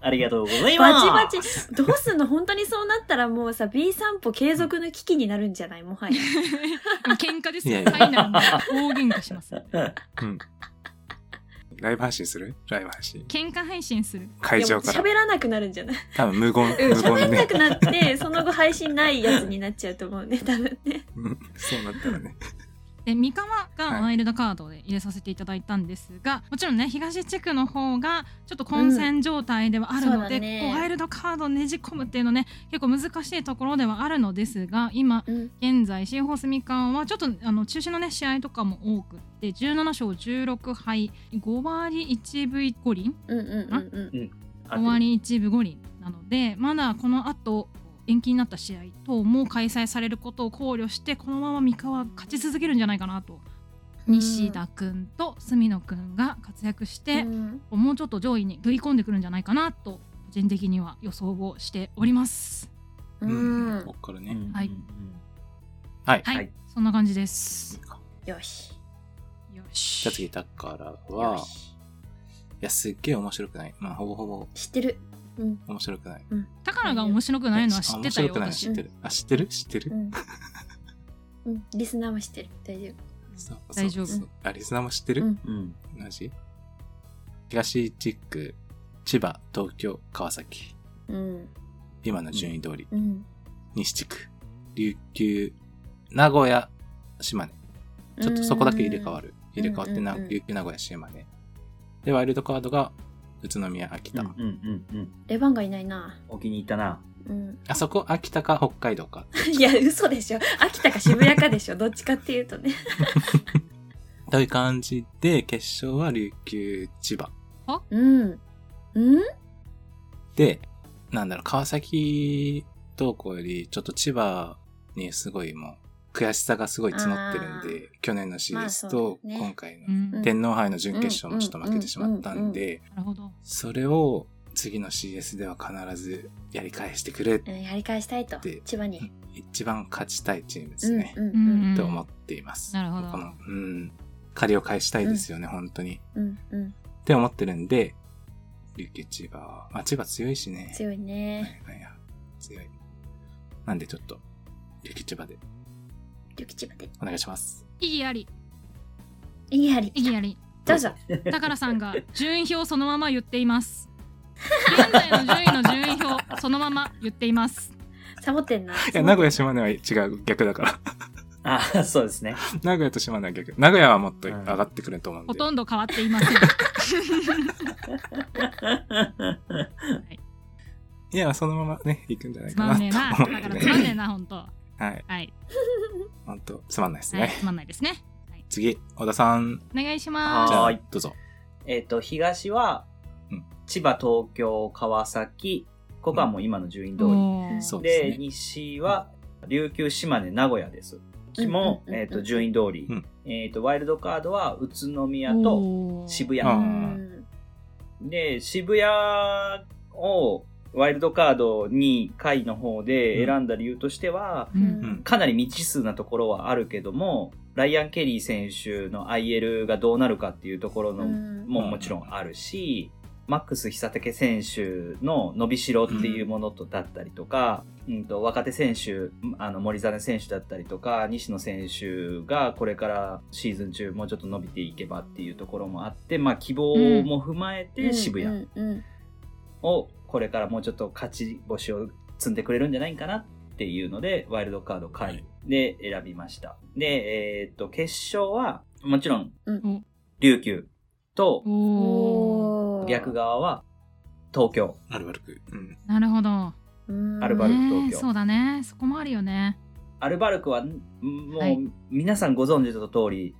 [SPEAKER 1] ありがとうございま
[SPEAKER 4] バ
[SPEAKER 1] す
[SPEAKER 4] チバチ。どうすんの本当にそうなったらもうさ、B 散歩継続の危機になるんじゃないもはや。
[SPEAKER 3] [LAUGHS] 喧嘩ですよ
[SPEAKER 2] いやいや
[SPEAKER 3] ファイナルの大喧嘩します
[SPEAKER 2] [LAUGHS] ライブ配信するライブ配信
[SPEAKER 3] 喧嘩配信する
[SPEAKER 4] い
[SPEAKER 2] 会
[SPEAKER 4] やもう
[SPEAKER 2] 場から
[SPEAKER 4] 喋らなくなるんじ
[SPEAKER 2] [LAUGHS]
[SPEAKER 4] ゃない
[SPEAKER 2] 多分
[SPEAKER 3] [LAUGHS]
[SPEAKER 2] 無言
[SPEAKER 4] うん
[SPEAKER 2] 無
[SPEAKER 4] 喋
[SPEAKER 2] 言
[SPEAKER 4] ん
[SPEAKER 2] で [LAUGHS]
[SPEAKER 4] なくなって、その後配信ないやつになっちゃうと思うね、多分ね。
[SPEAKER 2] うんそうなったらね。
[SPEAKER 3] で三河がワイルドカードで入れさせていただいたんですが、もちろんね東地区の方がちょっと混戦状態ではある
[SPEAKER 4] うん
[SPEAKER 3] の
[SPEAKER 4] そう
[SPEAKER 3] で、
[SPEAKER 4] だね
[SPEAKER 3] こうワイルドカードをねじ込むっていうのね結構難しいところではあるのですが今
[SPEAKER 4] うん。
[SPEAKER 3] 現在シーホース三河はちょっとあの中止のね試合とかも多くって17勝16敗5割1分5厘
[SPEAKER 4] うんうんうん
[SPEAKER 1] あ
[SPEAKER 3] 5割1分5厘なのでまだこの後延期になった試合等も開催されることを考慮してこのまま三河勝ち続けるんじゃないかなと
[SPEAKER 4] うん。
[SPEAKER 3] 西田くんと住野くんが活躍して、
[SPEAKER 4] うん
[SPEAKER 3] もうちょっと上位に食い込んでくるんじゃないかなと個人的には予想をしております
[SPEAKER 4] う
[SPEAKER 2] こ
[SPEAKER 4] ん。
[SPEAKER 2] っから
[SPEAKER 1] う
[SPEAKER 2] ね。
[SPEAKER 1] ん
[SPEAKER 3] はい
[SPEAKER 2] は
[SPEAKER 3] は
[SPEAKER 2] い。
[SPEAKER 3] い、
[SPEAKER 1] はい
[SPEAKER 3] そんな感じです
[SPEAKER 4] よし。
[SPEAKER 3] よし
[SPEAKER 2] じゃあ次、タッカーラは、
[SPEAKER 4] よ
[SPEAKER 2] い
[SPEAKER 4] し。
[SPEAKER 2] や、すっげえ面白くない。まあ、ほぼほぼ
[SPEAKER 4] 知ってる。うん。
[SPEAKER 2] 面白くない。
[SPEAKER 3] 宝が面白くないのは知ってた
[SPEAKER 2] あ面白
[SPEAKER 3] よ
[SPEAKER 2] くないの
[SPEAKER 3] 私
[SPEAKER 2] 知ってる。あ、知ってる知ってる
[SPEAKER 4] う。ん。うんリスナーも知ってる。大丈
[SPEAKER 2] そう
[SPEAKER 3] 大丈夫
[SPEAKER 2] そうそうあ、リスナーも知って
[SPEAKER 4] う
[SPEAKER 2] る
[SPEAKER 4] ん
[SPEAKER 1] うん
[SPEAKER 2] 同じ東地区、千葉、東京、川崎。
[SPEAKER 4] 夫。うん。
[SPEAKER 2] 今の順位通り。
[SPEAKER 4] うん。
[SPEAKER 2] 西地区、琉球、名古屋、島根。ちょっとそこだけ入れ替わ
[SPEAKER 4] る。
[SPEAKER 2] る。入れ替わってな、
[SPEAKER 4] うんうんうん
[SPEAKER 2] 琉球、名古屋、島根。で、ワイルドカードが、宇都宮、秋
[SPEAKER 1] う
[SPEAKER 2] 田。
[SPEAKER 1] んうんうんうん。
[SPEAKER 4] レバンがいないな。
[SPEAKER 1] お気に入ったな。
[SPEAKER 4] うん。
[SPEAKER 2] あそこ、秋田か北海道か。
[SPEAKER 4] [LAUGHS] いや、嘘でしょ。秋田か渋谷かで [LAUGHS] しょ。どっちかっていうとね。
[SPEAKER 2] という感じで、決勝は琉球、千葉。
[SPEAKER 4] うん。うん
[SPEAKER 2] で、なんだろう、川崎同校より、ちょっと千葉にすごいもう、悔しさがすごい募ってるんで、去年のシリーズ
[SPEAKER 4] まあそ
[SPEAKER 2] と
[SPEAKER 4] う、だね
[SPEAKER 2] 今回の
[SPEAKER 3] うん、な
[SPEAKER 4] で
[SPEAKER 2] 天皇杯の準決勝もちょっと負けてしまったんで、
[SPEAKER 3] るほど。
[SPEAKER 2] それを次の CS では必ずやり返してくれっ
[SPEAKER 4] う
[SPEAKER 2] て、
[SPEAKER 4] ん。やり返したいと
[SPEAKER 2] で。
[SPEAKER 4] 千葉に。
[SPEAKER 2] 一番勝ちたいチームですね、
[SPEAKER 4] うんう
[SPEAKER 3] うんん
[SPEAKER 2] と思っています。
[SPEAKER 3] なるほど
[SPEAKER 2] この、うん、借りを返したいですよね、本当に。
[SPEAKER 4] うん。うんうん。
[SPEAKER 2] って思ってるんで、琉球千葉は、まあ千葉強いしね。
[SPEAKER 4] 強い
[SPEAKER 2] は
[SPEAKER 4] ね。
[SPEAKER 2] いはいはい強い。なんでちょっと、琉球千葉で
[SPEAKER 4] 琉球千葉で。
[SPEAKER 2] お願いします。
[SPEAKER 3] 意義あり、
[SPEAKER 4] いいやり。
[SPEAKER 3] 意義あり。
[SPEAKER 4] どうぞ。
[SPEAKER 3] 宝さんが順位表をそのまま言っています。現在の順位の順位表そのまま言っています。
[SPEAKER 4] サボってんな。
[SPEAKER 2] いや、名古屋島根は違う、逆だから。 [LAUGHS]
[SPEAKER 1] あーそうです
[SPEAKER 3] [LAUGHS]
[SPEAKER 1] ね。
[SPEAKER 2] 名古屋と島根は逆。名古屋はもっと
[SPEAKER 1] うん
[SPEAKER 2] 上がってくると思うんで。
[SPEAKER 3] ほとんど変わっていません。
[SPEAKER 2] いや、そのままね、行くんじゃない
[SPEAKER 3] つ
[SPEAKER 2] か
[SPEAKER 3] ま
[SPEAKER 2] なん
[SPEAKER 3] ねえな。
[SPEAKER 2] と思
[SPEAKER 3] だ
[SPEAKER 2] っ
[SPEAKER 3] か
[SPEAKER 2] て
[SPEAKER 3] ら
[SPEAKER 2] ね
[SPEAKER 3] つまんねえな本当。は
[SPEAKER 2] [LAUGHS] はい。
[SPEAKER 3] い。
[SPEAKER 2] ほんと、つまんないですね。
[SPEAKER 3] はい、つまんないですね。
[SPEAKER 2] 次、小田さん。
[SPEAKER 3] お願いし
[SPEAKER 2] じゃ
[SPEAKER 3] ま
[SPEAKER 1] は
[SPEAKER 2] あ、
[SPEAKER 1] ーい
[SPEAKER 2] どうぞ。
[SPEAKER 1] えっと、東は
[SPEAKER 2] うん、
[SPEAKER 1] 千葉、東京、川崎、ここはもう今の順位
[SPEAKER 3] す。
[SPEAKER 1] 通り。
[SPEAKER 3] おー
[SPEAKER 2] そう
[SPEAKER 1] で
[SPEAKER 2] ですね。
[SPEAKER 1] 西は琉球、島根、名古屋です。も、
[SPEAKER 4] うんうんうんうん
[SPEAKER 1] えっと順位通り、
[SPEAKER 2] うん
[SPEAKER 1] えっとワイルドカードは宇都宮と
[SPEAKER 3] おー
[SPEAKER 1] 渋
[SPEAKER 2] う
[SPEAKER 1] 谷。
[SPEAKER 2] ん
[SPEAKER 1] で、渋谷をワイルドカード2回の方で選んだ理由としては、
[SPEAKER 3] う
[SPEAKER 2] うんん。
[SPEAKER 1] かなり未知数なところはあるけども、ライアン・ケリー選手の IL がどうなるかっていうところの
[SPEAKER 4] うん
[SPEAKER 1] ももちろんあるし、マックス久武選手の伸びしろっていうものとだったりとか、うんと若手選手あの森真選手だったりとか西野選手がこれからシーズン中もうちょっと伸びていけばっていうところもあって、まあ、希望も踏まえて渋谷
[SPEAKER 4] うんうんうん
[SPEAKER 1] をこれからもうちょっと勝ち星を積んでくれるんじゃないかなっていうので、ワイルドカード下位で選びました。で、えーっと、決勝は、もちろん
[SPEAKER 3] ん、
[SPEAKER 1] 琉球と、
[SPEAKER 3] おー
[SPEAKER 4] おー
[SPEAKER 1] 逆側は東京。
[SPEAKER 2] アルバルク。うん。
[SPEAKER 3] なるほど。
[SPEAKER 4] うん
[SPEAKER 1] アルバルク東京
[SPEAKER 3] ねえそうだね。そこもあるよね。
[SPEAKER 1] アルバルクは、んもう、
[SPEAKER 3] はい
[SPEAKER 1] 皆さんご存知の通り、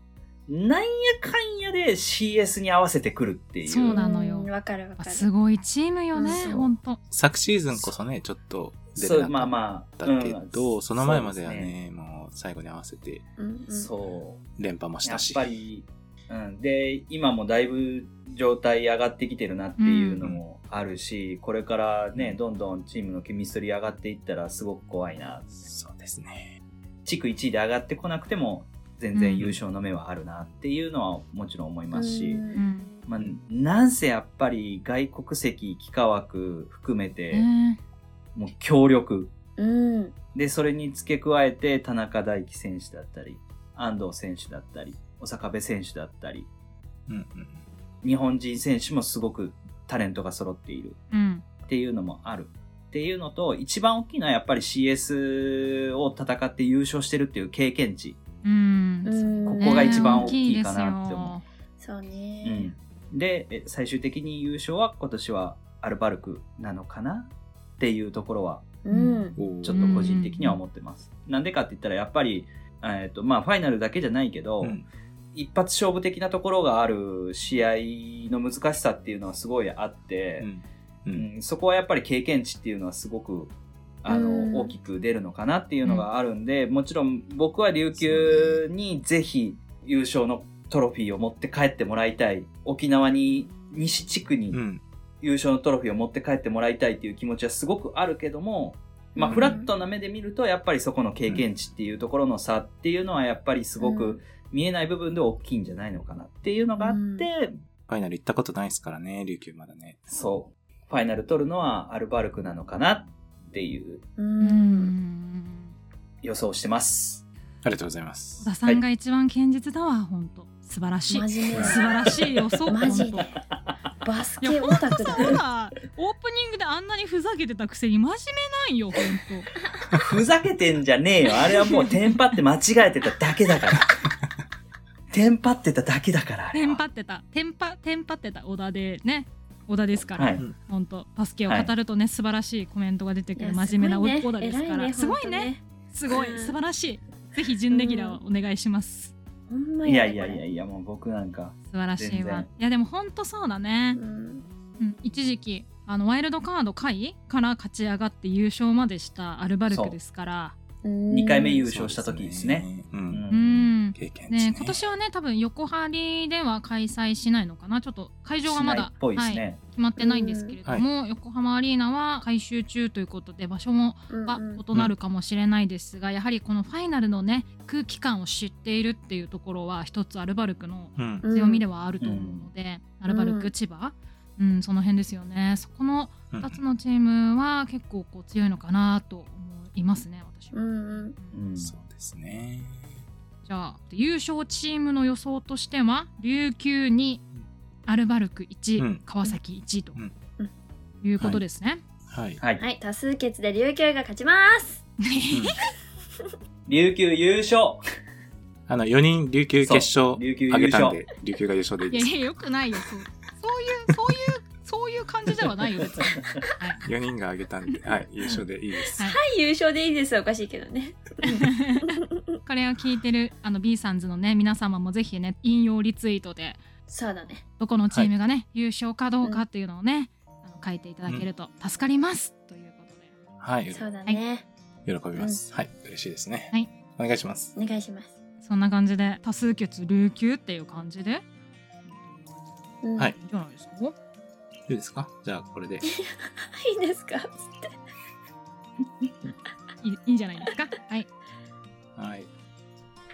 [SPEAKER 1] なんやかんやで CS に合わせてくるっていう。
[SPEAKER 3] そうなのよ
[SPEAKER 4] うんわかるわ
[SPEAKER 3] あ
[SPEAKER 4] かる。
[SPEAKER 3] すごいチームよ
[SPEAKER 1] そう
[SPEAKER 3] ね。本当。
[SPEAKER 2] 昨シーズンこそね、ちょっと出
[SPEAKER 1] そ
[SPEAKER 2] れ
[SPEAKER 1] う、
[SPEAKER 2] な
[SPEAKER 1] まあ
[SPEAKER 2] かっ
[SPEAKER 1] まあ。
[SPEAKER 2] たけど、
[SPEAKER 1] うん
[SPEAKER 2] その前までは
[SPEAKER 1] そうす
[SPEAKER 2] ね、もう最後に合わせて
[SPEAKER 4] うんうん
[SPEAKER 1] そう。
[SPEAKER 2] 連覇もし
[SPEAKER 1] や
[SPEAKER 2] た
[SPEAKER 1] っ
[SPEAKER 2] し。
[SPEAKER 1] ぱり、うん、で今もだいぶ状態上がってきてるなっていうのもあるし、これからねどんどんチームのケミストリー上がっていったらすごく怖いな
[SPEAKER 2] そうですね。
[SPEAKER 1] 地区1位で上がってこなくても全然優勝の目はあるなっていうのはもちろん思いますし、
[SPEAKER 4] うん
[SPEAKER 3] うん。
[SPEAKER 1] まあ、なんせやっぱり外国籍幾何枠含めて、
[SPEAKER 3] ね
[SPEAKER 1] もう強力
[SPEAKER 4] うん
[SPEAKER 1] でそれに付け加えて田中大輝選手だったり安藤選手だったり小坂部選手だったり
[SPEAKER 2] うんうん。
[SPEAKER 1] 日本人選手もすごくタレントが揃っている
[SPEAKER 3] えうん。
[SPEAKER 1] っていうのもあるっていうのと一番大きいのはやっぱり CS を戦って優勝してるっていう経験値、
[SPEAKER 3] うん。
[SPEAKER 4] うん
[SPEAKER 1] ここが一番
[SPEAKER 3] ね
[SPEAKER 1] 大きいかなって思
[SPEAKER 4] そう
[SPEAKER 1] う
[SPEAKER 4] ね。
[SPEAKER 1] ん、でえ最終的に優勝は今年はアルバルクなのかなっていうところは
[SPEAKER 4] うん。
[SPEAKER 2] おー
[SPEAKER 1] ちょっと個人的には思ってます、なんでかって言ったらやっぱり、えーとまあ、ファイナルだけじゃないけど、
[SPEAKER 2] うん
[SPEAKER 1] 一発勝負的なところがある試合の難しさっていうのはすごいあって、
[SPEAKER 2] うんう
[SPEAKER 1] うんん、そこはやっぱり経験値っていうのはすごくあ
[SPEAKER 4] うん
[SPEAKER 1] の大きく出るのかなっていうのがあるんで、もちろん僕は琉球にぜひ優勝のトロフィーを持って帰ってもらいたい沖縄に西地区
[SPEAKER 2] う
[SPEAKER 1] に
[SPEAKER 2] ん
[SPEAKER 1] 優勝のトロフィーを持って帰ってもらいたいっていう気持ちはすごくあるけども、まあ、
[SPEAKER 4] うん
[SPEAKER 1] フラットな目で見るとやっぱりそこの経験値っていうところの差っていうのはやっぱりすごく見えない部分で大きいんじゃないのかなっていうのがあって、
[SPEAKER 2] ファイナル行ったことないですからね、琉球まだね。
[SPEAKER 1] そう。ファイナル取るのはアルバルクなのかなっていう
[SPEAKER 4] う。
[SPEAKER 3] うんん。
[SPEAKER 1] 予想してます。
[SPEAKER 2] ありがとうございま
[SPEAKER 3] 小
[SPEAKER 2] す。
[SPEAKER 3] 田さんが一番堅実だわ。本当。素晴らしい。素
[SPEAKER 4] 真面目。
[SPEAKER 3] 晴らしい予
[SPEAKER 4] [LAUGHS]
[SPEAKER 3] 想。
[SPEAKER 4] マジ
[SPEAKER 3] ほん
[SPEAKER 4] で
[SPEAKER 3] と。
[SPEAKER 4] バス
[SPEAKER 3] い
[SPEAKER 4] ケ
[SPEAKER 3] や
[SPEAKER 4] オタクだ。
[SPEAKER 3] ほらオープニングであんなにふざけてたくせに真面目なんよ、ほんと。
[SPEAKER 1] ふざけてんじゃねえよ。あれはもうテンパって間違えてただけだから。テンパってただけだから、あれ
[SPEAKER 3] テ
[SPEAKER 1] は [LAUGHS]
[SPEAKER 3] ンパってた。テンパ、テンパってた小田でね。小田ですから、
[SPEAKER 1] はい
[SPEAKER 3] 本当バスケを語るとね、素晴らしいコメントが出てくる真面目な小小田ですからすごいね。すごい
[SPEAKER 4] うん
[SPEAKER 3] 素晴らしいぜひ準レギュラーをお願いします、
[SPEAKER 4] ほんま
[SPEAKER 1] いや
[SPEAKER 4] や
[SPEAKER 1] いやいやいや、もう僕なんか。
[SPEAKER 3] 素晴らしいわ
[SPEAKER 1] 全然
[SPEAKER 3] いやでも本当そうだね、うん一時期あのワイルドカード会から勝ち上がって優勝までしたアルバルクですから
[SPEAKER 4] 2
[SPEAKER 1] 回目優勝した時ですね。
[SPEAKER 2] う。
[SPEAKER 1] うん
[SPEAKER 3] う。ん
[SPEAKER 2] 経験値
[SPEAKER 3] ね、今年はね多分横張では開催しないのかなちょっと会場がま
[SPEAKER 1] しな
[SPEAKER 3] だ
[SPEAKER 1] いっぽいです
[SPEAKER 3] はい、
[SPEAKER 1] ね。
[SPEAKER 3] 決まってないんですけれども、横浜アリーナは改修中ということで場所もが異なるかもしれないですが、やはりこのファイナルのね空気感を知っているっていうところは一つアルバルクの
[SPEAKER 2] うん。
[SPEAKER 3] 強みではあると思うので、アルバル
[SPEAKER 4] う
[SPEAKER 3] ク、
[SPEAKER 4] ん
[SPEAKER 3] 千葉、うん、その辺ですよねそこの
[SPEAKER 2] うん
[SPEAKER 3] 2つのチームは結構こう強いのかなと思いますね私は。
[SPEAKER 4] うん
[SPEAKER 1] うん
[SPEAKER 2] そうですね。
[SPEAKER 3] じゃあ優勝チームの予想としては琉球2アルバルク1、
[SPEAKER 2] うん
[SPEAKER 3] 川崎1と、
[SPEAKER 2] うん
[SPEAKER 3] いうことですね。
[SPEAKER 2] はい。
[SPEAKER 1] はい。
[SPEAKER 4] はい多数決で琉球が勝ちます
[SPEAKER 1] 琉球優勝
[SPEAKER 2] あの、4人琉球決
[SPEAKER 1] そう
[SPEAKER 2] 勝
[SPEAKER 1] 琉球優
[SPEAKER 2] あげたん
[SPEAKER 1] 勝。
[SPEAKER 2] で、琉球が優勝でいい
[SPEAKER 3] い
[SPEAKER 2] で
[SPEAKER 3] や
[SPEAKER 2] す
[SPEAKER 3] い。やよくないよそうそういうそういうそういう感じではないよ別に。はい
[SPEAKER 2] 4人があげたんで、はい、優勝でいいです。
[SPEAKER 3] はい
[SPEAKER 4] はい優勝でいいですおかしいけどね
[SPEAKER 3] これを聞いてるあの B さんズのね皆様もぜひね引用リツイートで
[SPEAKER 4] そうだね
[SPEAKER 3] どこのチームがね、優勝かどうかっていうのをね、あの書いていただけると助かります、ということで
[SPEAKER 2] はい、
[SPEAKER 4] そうだね
[SPEAKER 2] 喜びます。はい、嬉しいですね。
[SPEAKER 3] はい
[SPEAKER 2] お願いします。
[SPEAKER 4] お願いします
[SPEAKER 3] そんな感じで多数決琉球っていう感じで
[SPEAKER 4] うん
[SPEAKER 2] はい
[SPEAKER 3] いいんじゃないですか
[SPEAKER 2] いいですかじゃあ、これで。
[SPEAKER 4] いいですか
[SPEAKER 3] いいいんじゃないですかはい
[SPEAKER 2] はい。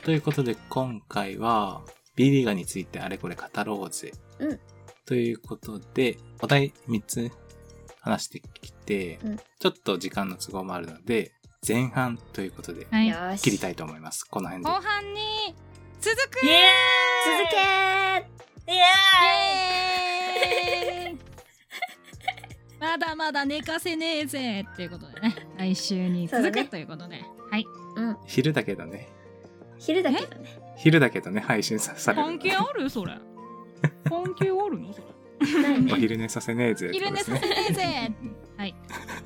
[SPEAKER 2] ということで、今回は、B リーガーについてあれこれ語ろうぜ。
[SPEAKER 4] うん
[SPEAKER 2] ということで、お題3つ話してきて、
[SPEAKER 4] うん
[SPEAKER 2] ちょっと時間の都合もあるので、前半ということで、
[SPEAKER 3] はい
[SPEAKER 4] よーし
[SPEAKER 2] 切りたいと思います。この辺で
[SPEAKER 3] 後。半に続く
[SPEAKER 1] イエ
[SPEAKER 4] 続
[SPEAKER 1] ー
[SPEAKER 4] けー
[SPEAKER 1] イイエ
[SPEAKER 3] イエーイまだまだ寝かせねえぜっていうことでね来週に続
[SPEAKER 4] そうだ
[SPEAKER 3] く
[SPEAKER 4] ね
[SPEAKER 3] ということで、はい
[SPEAKER 4] うん
[SPEAKER 2] 昼だけどね。
[SPEAKER 4] 昼だけどね
[SPEAKER 2] 昼だけどね、配信さされるの
[SPEAKER 3] 関
[SPEAKER 2] ね
[SPEAKER 3] 係あるそれ関係あるのそれ
[SPEAKER 4] ない
[SPEAKER 2] お
[SPEAKER 4] ね
[SPEAKER 2] 昼寝させねえぜってこと
[SPEAKER 3] 昼
[SPEAKER 2] で
[SPEAKER 3] 寝さ
[SPEAKER 2] すね
[SPEAKER 3] せ。ねえぜはい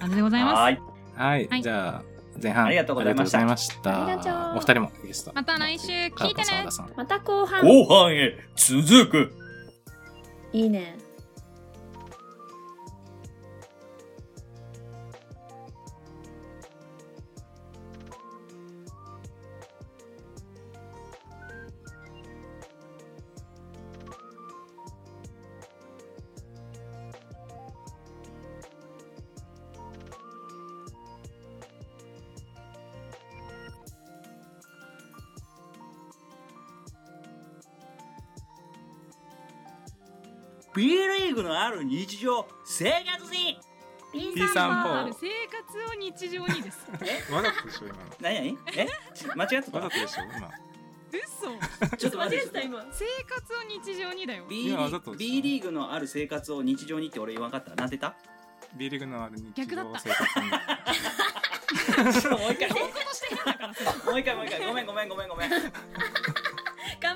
[SPEAKER 3] ありでございま
[SPEAKER 1] は
[SPEAKER 3] す
[SPEAKER 1] ーい。
[SPEAKER 2] はい、
[SPEAKER 3] はい
[SPEAKER 2] じゃあ前半
[SPEAKER 1] ありがとうございました
[SPEAKER 2] ありがとうございました
[SPEAKER 4] ありがとう
[SPEAKER 2] お二人もゲスト
[SPEAKER 3] また来週聞いてね
[SPEAKER 2] 川田さん和田さん
[SPEAKER 4] また後半
[SPEAKER 1] 後半へ続く
[SPEAKER 4] いいね
[SPEAKER 1] ビーリーグのある日常生活に
[SPEAKER 4] B
[SPEAKER 2] B さん
[SPEAKER 3] ま
[SPEAKER 2] ぽ
[SPEAKER 3] あある生活を日常にです
[SPEAKER 2] わざとでしょ今の
[SPEAKER 1] 何何え間違ってた
[SPEAKER 2] わざとでしょ今
[SPEAKER 3] 嘘
[SPEAKER 1] ちょっと待って
[SPEAKER 4] 今
[SPEAKER 3] 生活を日常にだよ
[SPEAKER 1] B リ
[SPEAKER 2] いやわざ
[SPEAKER 1] ー
[SPEAKER 2] と
[SPEAKER 1] グ
[SPEAKER 2] です
[SPEAKER 1] B リーグのある生活を日常にって俺言わんかったなんて言っ
[SPEAKER 2] B リーグのある日
[SPEAKER 3] 逆だ
[SPEAKER 2] 常
[SPEAKER 3] った
[SPEAKER 2] 生活に
[SPEAKER 1] たち [LAUGHS] ょっともう一回も
[SPEAKER 3] ことしてるんだからさ
[SPEAKER 1] う一回もう一回ごめんごめんごめんごめん
[SPEAKER 4] 頑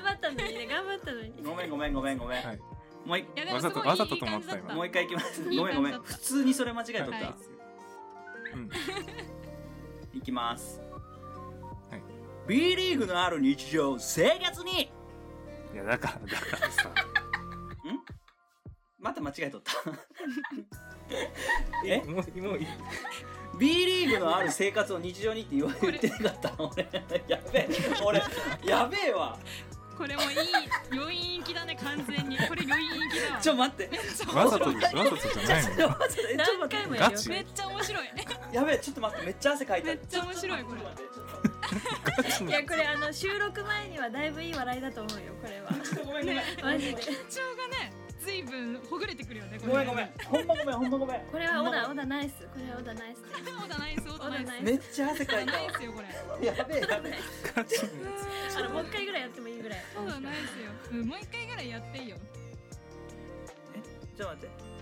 [SPEAKER 4] 張ったのにね頑張ったのに
[SPEAKER 1] ごめんごめんごめんごめん、
[SPEAKER 2] はい
[SPEAKER 1] もう一
[SPEAKER 3] いやでも
[SPEAKER 2] わざ
[SPEAKER 3] す
[SPEAKER 2] と
[SPEAKER 3] ごい
[SPEAKER 2] わざと
[SPEAKER 3] いい感じだった
[SPEAKER 2] と
[SPEAKER 1] も
[SPEAKER 2] 思った今
[SPEAKER 1] う一回いきます
[SPEAKER 3] いい感じ
[SPEAKER 1] ごめんごめ
[SPEAKER 3] だ
[SPEAKER 1] ん
[SPEAKER 3] った
[SPEAKER 1] 普通にそれ間違えとった、
[SPEAKER 3] はい
[SPEAKER 2] うん
[SPEAKER 1] い、きます、
[SPEAKER 2] はい、
[SPEAKER 1] B リーグのある日常生活に
[SPEAKER 2] いやだからだからさ
[SPEAKER 1] また間違えと
[SPEAKER 4] [LAUGHS]
[SPEAKER 1] ったえ
[SPEAKER 2] もうもういい
[SPEAKER 1] B リーグのある生活を日常にって言われてなかった俺やべえ俺やべえわ
[SPEAKER 3] これもいい余韻きだね完
[SPEAKER 1] [LAUGHS]
[SPEAKER 3] 全にこれ余韻きだわ
[SPEAKER 1] ちょ待って
[SPEAKER 3] めっちゃ
[SPEAKER 2] わ
[SPEAKER 3] 面
[SPEAKER 2] ざ
[SPEAKER 3] 白
[SPEAKER 2] と
[SPEAKER 3] い
[SPEAKER 2] でしょわざとじゃ
[SPEAKER 1] ちょ
[SPEAKER 2] ないの
[SPEAKER 1] っと待ってちょっと待っ
[SPEAKER 4] 何
[SPEAKER 3] [LAUGHS]
[SPEAKER 4] 回も
[SPEAKER 1] て
[SPEAKER 4] やる
[SPEAKER 2] ガ
[SPEAKER 4] よ
[SPEAKER 2] チ
[SPEAKER 3] めっちゃ面白い
[SPEAKER 1] やべえちょっと待ってめっちゃ汗かいた
[SPEAKER 3] めっちゃ面白いこれ
[SPEAKER 1] ちょっと待ってちょっと待って
[SPEAKER 4] いやこれあの収録前にはだいぶいい笑いだと思うよこれ [LAUGHS] は
[SPEAKER 1] ちょっとごめんごめん
[SPEAKER 4] マジで
[SPEAKER 3] 緊張がねずいぶんほぐれてくるよねこれ
[SPEAKER 1] ごめんご
[SPEAKER 3] [LAUGHS]
[SPEAKER 1] めんほんまごめんほんまごめん
[SPEAKER 4] これはオダオダナイスこれはオダナイス
[SPEAKER 3] そうだないそうだな
[SPEAKER 4] そうだ
[SPEAKER 3] い
[SPEAKER 4] ない
[SPEAKER 1] めっちゃ汗かいた
[SPEAKER 4] [LAUGHS]
[SPEAKER 3] ない
[SPEAKER 1] わ
[SPEAKER 3] ですよこれ
[SPEAKER 1] やべえやべえ
[SPEAKER 2] ガチのや
[SPEAKER 4] あのもう一回ぐらいやってもいいぐらい
[SPEAKER 3] そうだないですようんもう一回ぐらいやっていい
[SPEAKER 1] ち
[SPEAKER 3] よ
[SPEAKER 1] ょっと待って